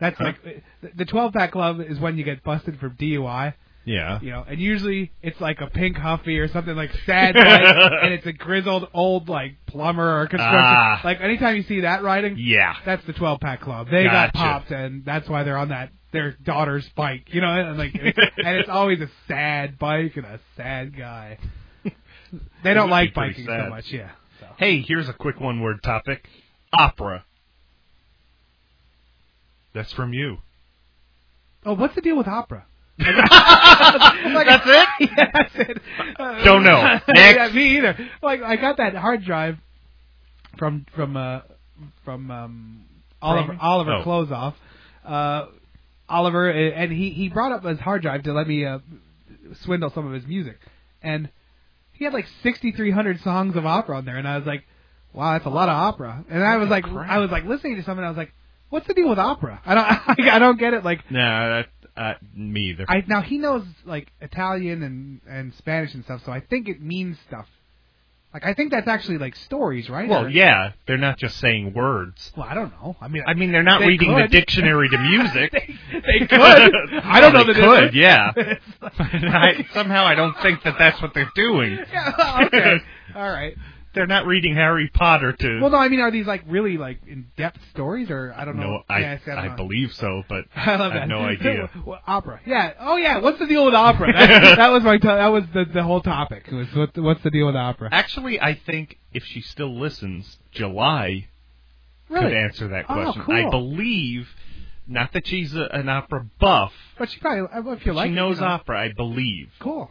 Speaker 9: That's
Speaker 8: Huh?
Speaker 9: like the- the 12 pack club is when you get busted for DUI.
Speaker 10: Yeah.
Speaker 9: You know, and usually it's like a pink huffy or something like sad, like, and it's a grizzled old like plumber or construction.
Speaker 10: Ah.
Speaker 9: Like anytime you see that riding,
Speaker 10: Yeah.
Speaker 9: Ah, that's the 12 pack club. They
Speaker 10: Gotcha.
Speaker 9: got popped, and that's why they're on that their daughter's bike. You know, and like
Speaker 8: [laughs]
Speaker 9: it's, and it's always a sad bike and a sad
Speaker 8: [laughs]
Speaker 9: guy. They
Speaker 8: would
Speaker 9: don't
Speaker 8: be
Speaker 9: like
Speaker 8: pretty
Speaker 9: biking
Speaker 8: sad.
Speaker 9: so much. Yeah. So.
Speaker 8: Hey, here's a quick one word topic opera. That's from you.
Speaker 9: Oh, what's the deal
Speaker 8: [laughs]
Speaker 9: with opera?
Speaker 8: That's
Speaker 9: [laughs]
Speaker 8: it?
Speaker 9: yeah, that's it. Uh,
Speaker 8: Don't know.
Speaker 9: [laughs] yeah,
Speaker 8: Next.
Speaker 9: me either. Like I got that hard drive from from uh from um Oliver
Speaker 8: From?
Speaker 9: Oliver
Speaker 8: Oh.
Speaker 9: Closeoff. Uh Oliver uh, and he he brought up his hard drive to let me uh swindle some of his music. And he had like 6300 songs of opera on there and I was like, "Wow, that's a lot of opera." And I was like
Speaker 8: crap.
Speaker 9: I was like listening to something I was like, "What's the deal with opera?" I don't [laughs] I don't get it like
Speaker 8: Nah, that, uh, me either.
Speaker 9: I now he knows like Italian and and Spanish and stuff, so I think it means stuff. Like I think that's actually like stories, right?
Speaker 8: well,
Speaker 9: Or-
Speaker 8: yeah, they're not just saying words.
Speaker 9: Well, I don't know. I mean,
Speaker 8: I
Speaker 9: [laughs]
Speaker 8: mean, they're not
Speaker 9: They
Speaker 8: reading
Speaker 9: could.
Speaker 8: the dictionary to music.
Speaker 9: [laughs]
Speaker 8: [laughs]
Speaker 9: they could. I don't know
Speaker 8: They
Speaker 9: the
Speaker 8: could,
Speaker 9: difference.
Speaker 8: yeah.
Speaker 9: [laughs] It's like-
Speaker 8: And [laughs] I, somehow I don't think that that's what they're doing.
Speaker 9: [laughs] yeah. well, Okay. All right.
Speaker 8: [laughs] They're not reading Harry Potter to.
Speaker 9: Well, no, I mean, are these like really like in-depth stories, or I don't know?
Speaker 8: no, I,
Speaker 9: Yeah, see, I, don't
Speaker 8: I
Speaker 9: know.
Speaker 8: believe so, but
Speaker 9: [laughs] I love that.
Speaker 8: have
Speaker 9: [laughs]
Speaker 8: no idea.
Speaker 9: Well, opera. Yeah. Oh yeah. What's the deal with opera?
Speaker 8: [laughs]
Speaker 9: That, that was my. To- that was the the whole topic. It was what, what's the deal with opera?
Speaker 8: Actually, I think if she still listens, July
Speaker 9: Really?
Speaker 8: could answer that
Speaker 9: Oh,
Speaker 8: question.
Speaker 9: cool.
Speaker 8: I believe, not that she's a, an opera buff,
Speaker 9: But she probably. I- If you like,
Speaker 8: she
Speaker 9: it,
Speaker 8: knows
Speaker 9: you know.
Speaker 8: opera. I believe.
Speaker 9: Cool.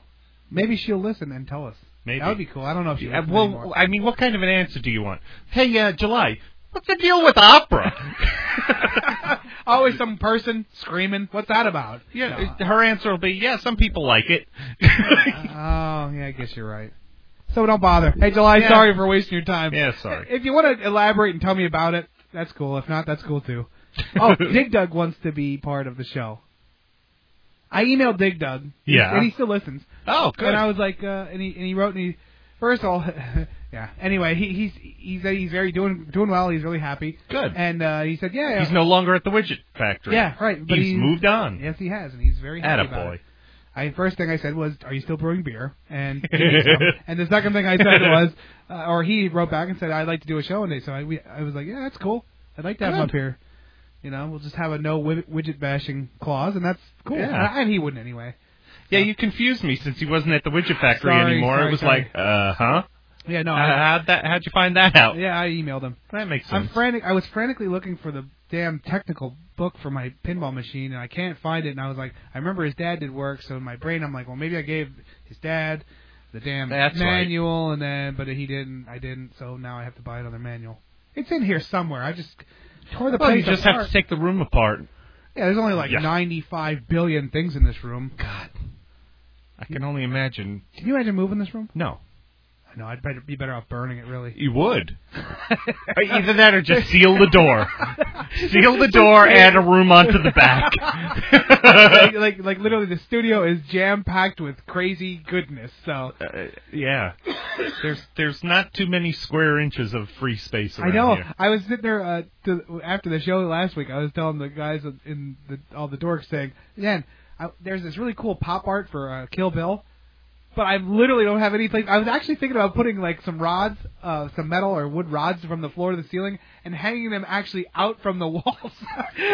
Speaker 9: Maybe she'll listen and tell us.
Speaker 8: Maybe.
Speaker 9: That would be cool. I don't know if she
Speaker 8: Yeah,
Speaker 9: listens
Speaker 8: Uh, well, [laughs]
Speaker 9: anymore.
Speaker 8: I mean, what kind of an answer do you want? Hey, uh, July, what's the deal with
Speaker 9: [laughs]
Speaker 8: opera? [laughs]
Speaker 9: Always some person screaming. What's that about?
Speaker 8: yeah, [laughs]
Speaker 9: No.
Speaker 8: her answer will be, yeah, some people like
Speaker 9: [laughs]
Speaker 8: it.
Speaker 9: Oh, yeah, I guess you're right. So don't bother. Hey, July,
Speaker 8: Yeah.
Speaker 9: sorry for wasting your time.
Speaker 8: yeah, sorry.
Speaker 9: If you want to elaborate and tell me about it, that's cool. If not, that's cool too.
Speaker 8: [laughs]
Speaker 9: Oh, Dig Dug wants to be part of the show. I emailed Dig Dug.
Speaker 8: Yeah.
Speaker 9: And he still listens.
Speaker 8: Oh, good.
Speaker 9: And I was like, uh, and he and he wrote and he, first of all, [laughs] yeah. Anyway, he he's he said he's very doing doing well. He's really happy.
Speaker 8: Good.
Speaker 9: And uh, he said, yeah, yeah,
Speaker 8: He's no longer at the widget factory.
Speaker 9: yeah, right. But
Speaker 8: he's
Speaker 9: he-
Speaker 8: moved on.
Speaker 9: Yes, he has, and he's very happy about
Speaker 8: Attaboy.
Speaker 9: it. I first thing I said was, "Are you still brewing beer?" And he did
Speaker 8: [laughs]
Speaker 9: so. and the second thing I said was, uh, or he wrote back and said, "I'd like to do a show one day." So I we, I was like, "Yeah, that's cool. I'd like to have him up here. You know, we'll just have a no widget, widget bashing clause, and that's cool."
Speaker 8: Yeah.
Speaker 9: And he wouldn't anyway.
Speaker 8: Yeah, you confused me since he wasn't at the widget factory
Speaker 9: Sorry,
Speaker 8: anymore.
Speaker 9: sorry,
Speaker 8: it was
Speaker 9: sorry.
Speaker 8: like, uh huh.
Speaker 9: Yeah, no. I,
Speaker 8: How'd that? How'd you find that out?
Speaker 9: yeah, I emailed him.
Speaker 8: That makes sense.
Speaker 9: I'm frantic. I was frantically looking for the damn technical book for my pinball machine, and I can't find it. And I was like, I remember his dad did work, so in my brain, I'm like, well, maybe I gave his dad the damn
Speaker 8: That's right.
Speaker 9: manual, and then but he didn't. I didn't, so now I have to buy another manual. It's in here somewhere. I just tore the
Speaker 8: well, you
Speaker 9: place
Speaker 8: just
Speaker 9: apart.
Speaker 8: have to take the room apart.
Speaker 9: yeah, there's only like
Speaker 8: Yeah.
Speaker 9: 95 billion things in this room. God,
Speaker 8: I can only imagine.
Speaker 9: can you imagine moving this room?
Speaker 8: No,
Speaker 9: No, I'd better be better off burning
Speaker 8: [laughs]
Speaker 9: it. Really,
Speaker 8: you
Speaker 9: [laughs]
Speaker 8: would. Either that or just seal the door. seal the
Speaker 9: [laughs]
Speaker 8: door, add a room onto the back. [laughs]
Speaker 9: like, like like literally, the studio is jam packed with crazy goodness. So.
Speaker 8: Uh, yeah, there's there's not too many square inches of free space
Speaker 9: I
Speaker 8: around
Speaker 9: know.
Speaker 8: here.
Speaker 9: I was sitting there uh, to, after the show last week. I was telling the guys in the, all the dorks saying, "Man, I, there's this really cool pop art for uh, Kill Bill, but I literally don't have any place." I was actually thinking about putting like some rods, uh, some metal or wood rods from the floor to the ceiling, and hanging them actually out from the walls,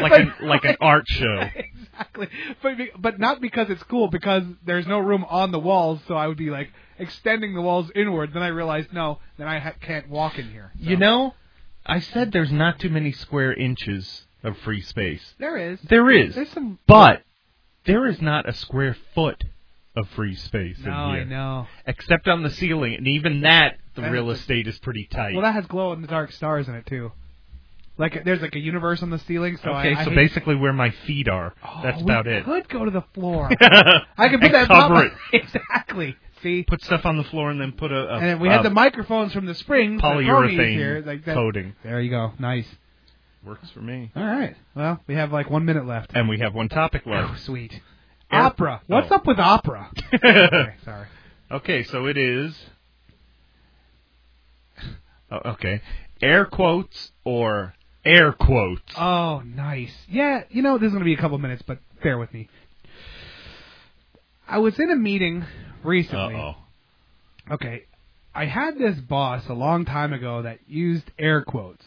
Speaker 8: Like [laughs]
Speaker 9: Like- [laughs]
Speaker 8: an like an art show.
Speaker 9: exactly. But be- but not because it's cool, because there's no room on the walls, so I would be like extending the walls inward. Then I realized, no, then I ha- can't walk in here.
Speaker 8: You
Speaker 9: So-
Speaker 8: know, I said there's not too many square inches of free space.
Speaker 9: there is.
Speaker 8: There is,
Speaker 9: There's some.
Speaker 8: but there is not a square foot of free space [laughs]
Speaker 9: No,
Speaker 8: in here.
Speaker 9: I know.
Speaker 8: Except on the ceiling, and even that, the
Speaker 9: That's
Speaker 8: real
Speaker 9: a-
Speaker 8: estate is pretty tight.
Speaker 9: Well, that has glow in the dark stars in it too. Like there's like a universe on the ceiling. So
Speaker 8: okay,
Speaker 9: I, I
Speaker 8: so
Speaker 9: hate-
Speaker 8: basically where my feet are.
Speaker 9: [gasps] Oh,
Speaker 8: that's
Speaker 9: we
Speaker 8: about [laughs] it.
Speaker 9: Could go to the floor.
Speaker 8: I
Speaker 9: I could put that
Speaker 8: cover
Speaker 9: pop-
Speaker 8: it.
Speaker 9: [laughs] exactly. See,
Speaker 8: Put stuff on the floor and then put a, a
Speaker 9: and then we
Speaker 8: a
Speaker 9: had the microphones from the spring. that Romy is
Speaker 8: polyurethane
Speaker 9: here, like that.
Speaker 8: coating.
Speaker 9: There you go. Nice.
Speaker 8: Works for me.
Speaker 9: All right. Well, we have like one minute left.
Speaker 8: And we have one topic
Speaker 9: Oh,
Speaker 8: [laughs] left.
Speaker 9: sweet.
Speaker 8: Air-
Speaker 9: Opera. What's
Speaker 8: Oh.
Speaker 9: up
Speaker 8: [laughs]
Speaker 9: with opera? okay, sorry.
Speaker 8: Okay, so it is. Oh, okay, air quotes or air quotes.
Speaker 9: Oh, nice. Yeah, you know, this is going to be a couple minutes, but bear with me. I was in a meeting recently.
Speaker 8: Uh-oh.
Speaker 9: Okay, I had this boss a long time ago that used air quotes.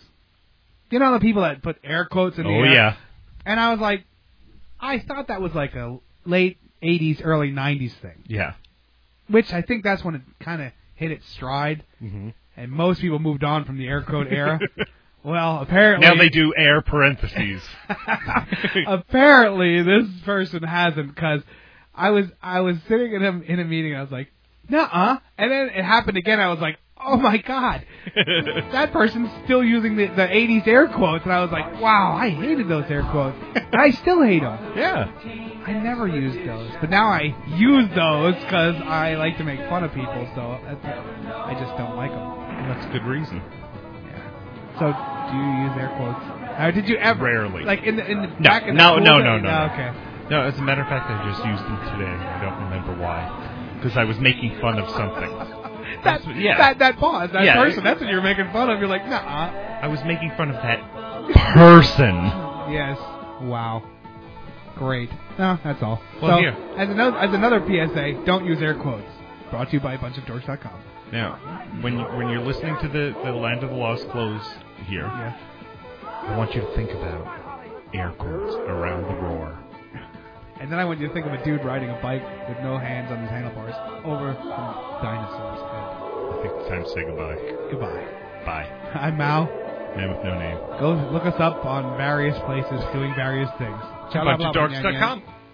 Speaker 9: You know the people that put air quotes in the
Speaker 8: Oh
Speaker 9: air?
Speaker 8: yeah.
Speaker 9: And I was like, I thought that was like a late 80s, early 90s thing,
Speaker 8: Yeah.
Speaker 9: which I think that's when it kind of hit its stride,
Speaker 8: [laughs] Mm-hmm.
Speaker 9: and most people moved on from the air quote
Speaker 8: [laughs]
Speaker 9: era. well, apparently.
Speaker 8: Now they do air parentheses.
Speaker 9: [laughs] apparently this person hasn't because I was I was sitting in a in a meeting and I was like, nuh-uh. And then it happened again. I was like, oh my god, that person's still using the, the '80s air quotes. And I was like, wow, I hated those air quotes. And I still hate them.
Speaker 8: [laughs] yeah.
Speaker 9: I never used those, but now I use those because I like to make fun of people. So that's, I just don't like them.
Speaker 8: That's good reason.
Speaker 9: Yeah. So do you use air quotes? Or did you ever?
Speaker 8: Rarely.
Speaker 9: Like in the in the
Speaker 8: No,
Speaker 9: back in the
Speaker 8: no,
Speaker 9: school
Speaker 8: no,
Speaker 9: day?
Speaker 8: no, no, no.
Speaker 9: Okay.
Speaker 8: No, as a matter of fact, I just used them today. I don't remember why. Because I was making fun of something.
Speaker 9: [laughs] that,
Speaker 8: That's what- yeah.
Speaker 9: that that boss, that
Speaker 8: Yeah.
Speaker 9: person, that's what you're making fun of. You're like, nah.
Speaker 8: I was making fun of that person.
Speaker 9: Yes. Wow. Great. No, that's all.
Speaker 8: Well,
Speaker 9: so,
Speaker 8: here.
Speaker 9: as another as another PSA, don't use air quotes. Brought to you by bunchofdorks.com.
Speaker 8: Now, when you, when you're listening to the, the Land of the Lost Clothes here,
Speaker 9: Yeah.
Speaker 8: I want you to think about air quotes around the roar.
Speaker 9: And then I want you to think of a dude riding a bike with no hands on his handlebars over from dinosaurs.
Speaker 8: I think it's time to say goodbye.
Speaker 9: Goodbye. [laughs]
Speaker 8: Bye.
Speaker 9: I'm Mal.
Speaker 8: Man with no name.
Speaker 9: Go look us up on various places doing various things. Shout out, blah, blah, blah, blah, blah.
Speaker 8: Bunchofdarks.com.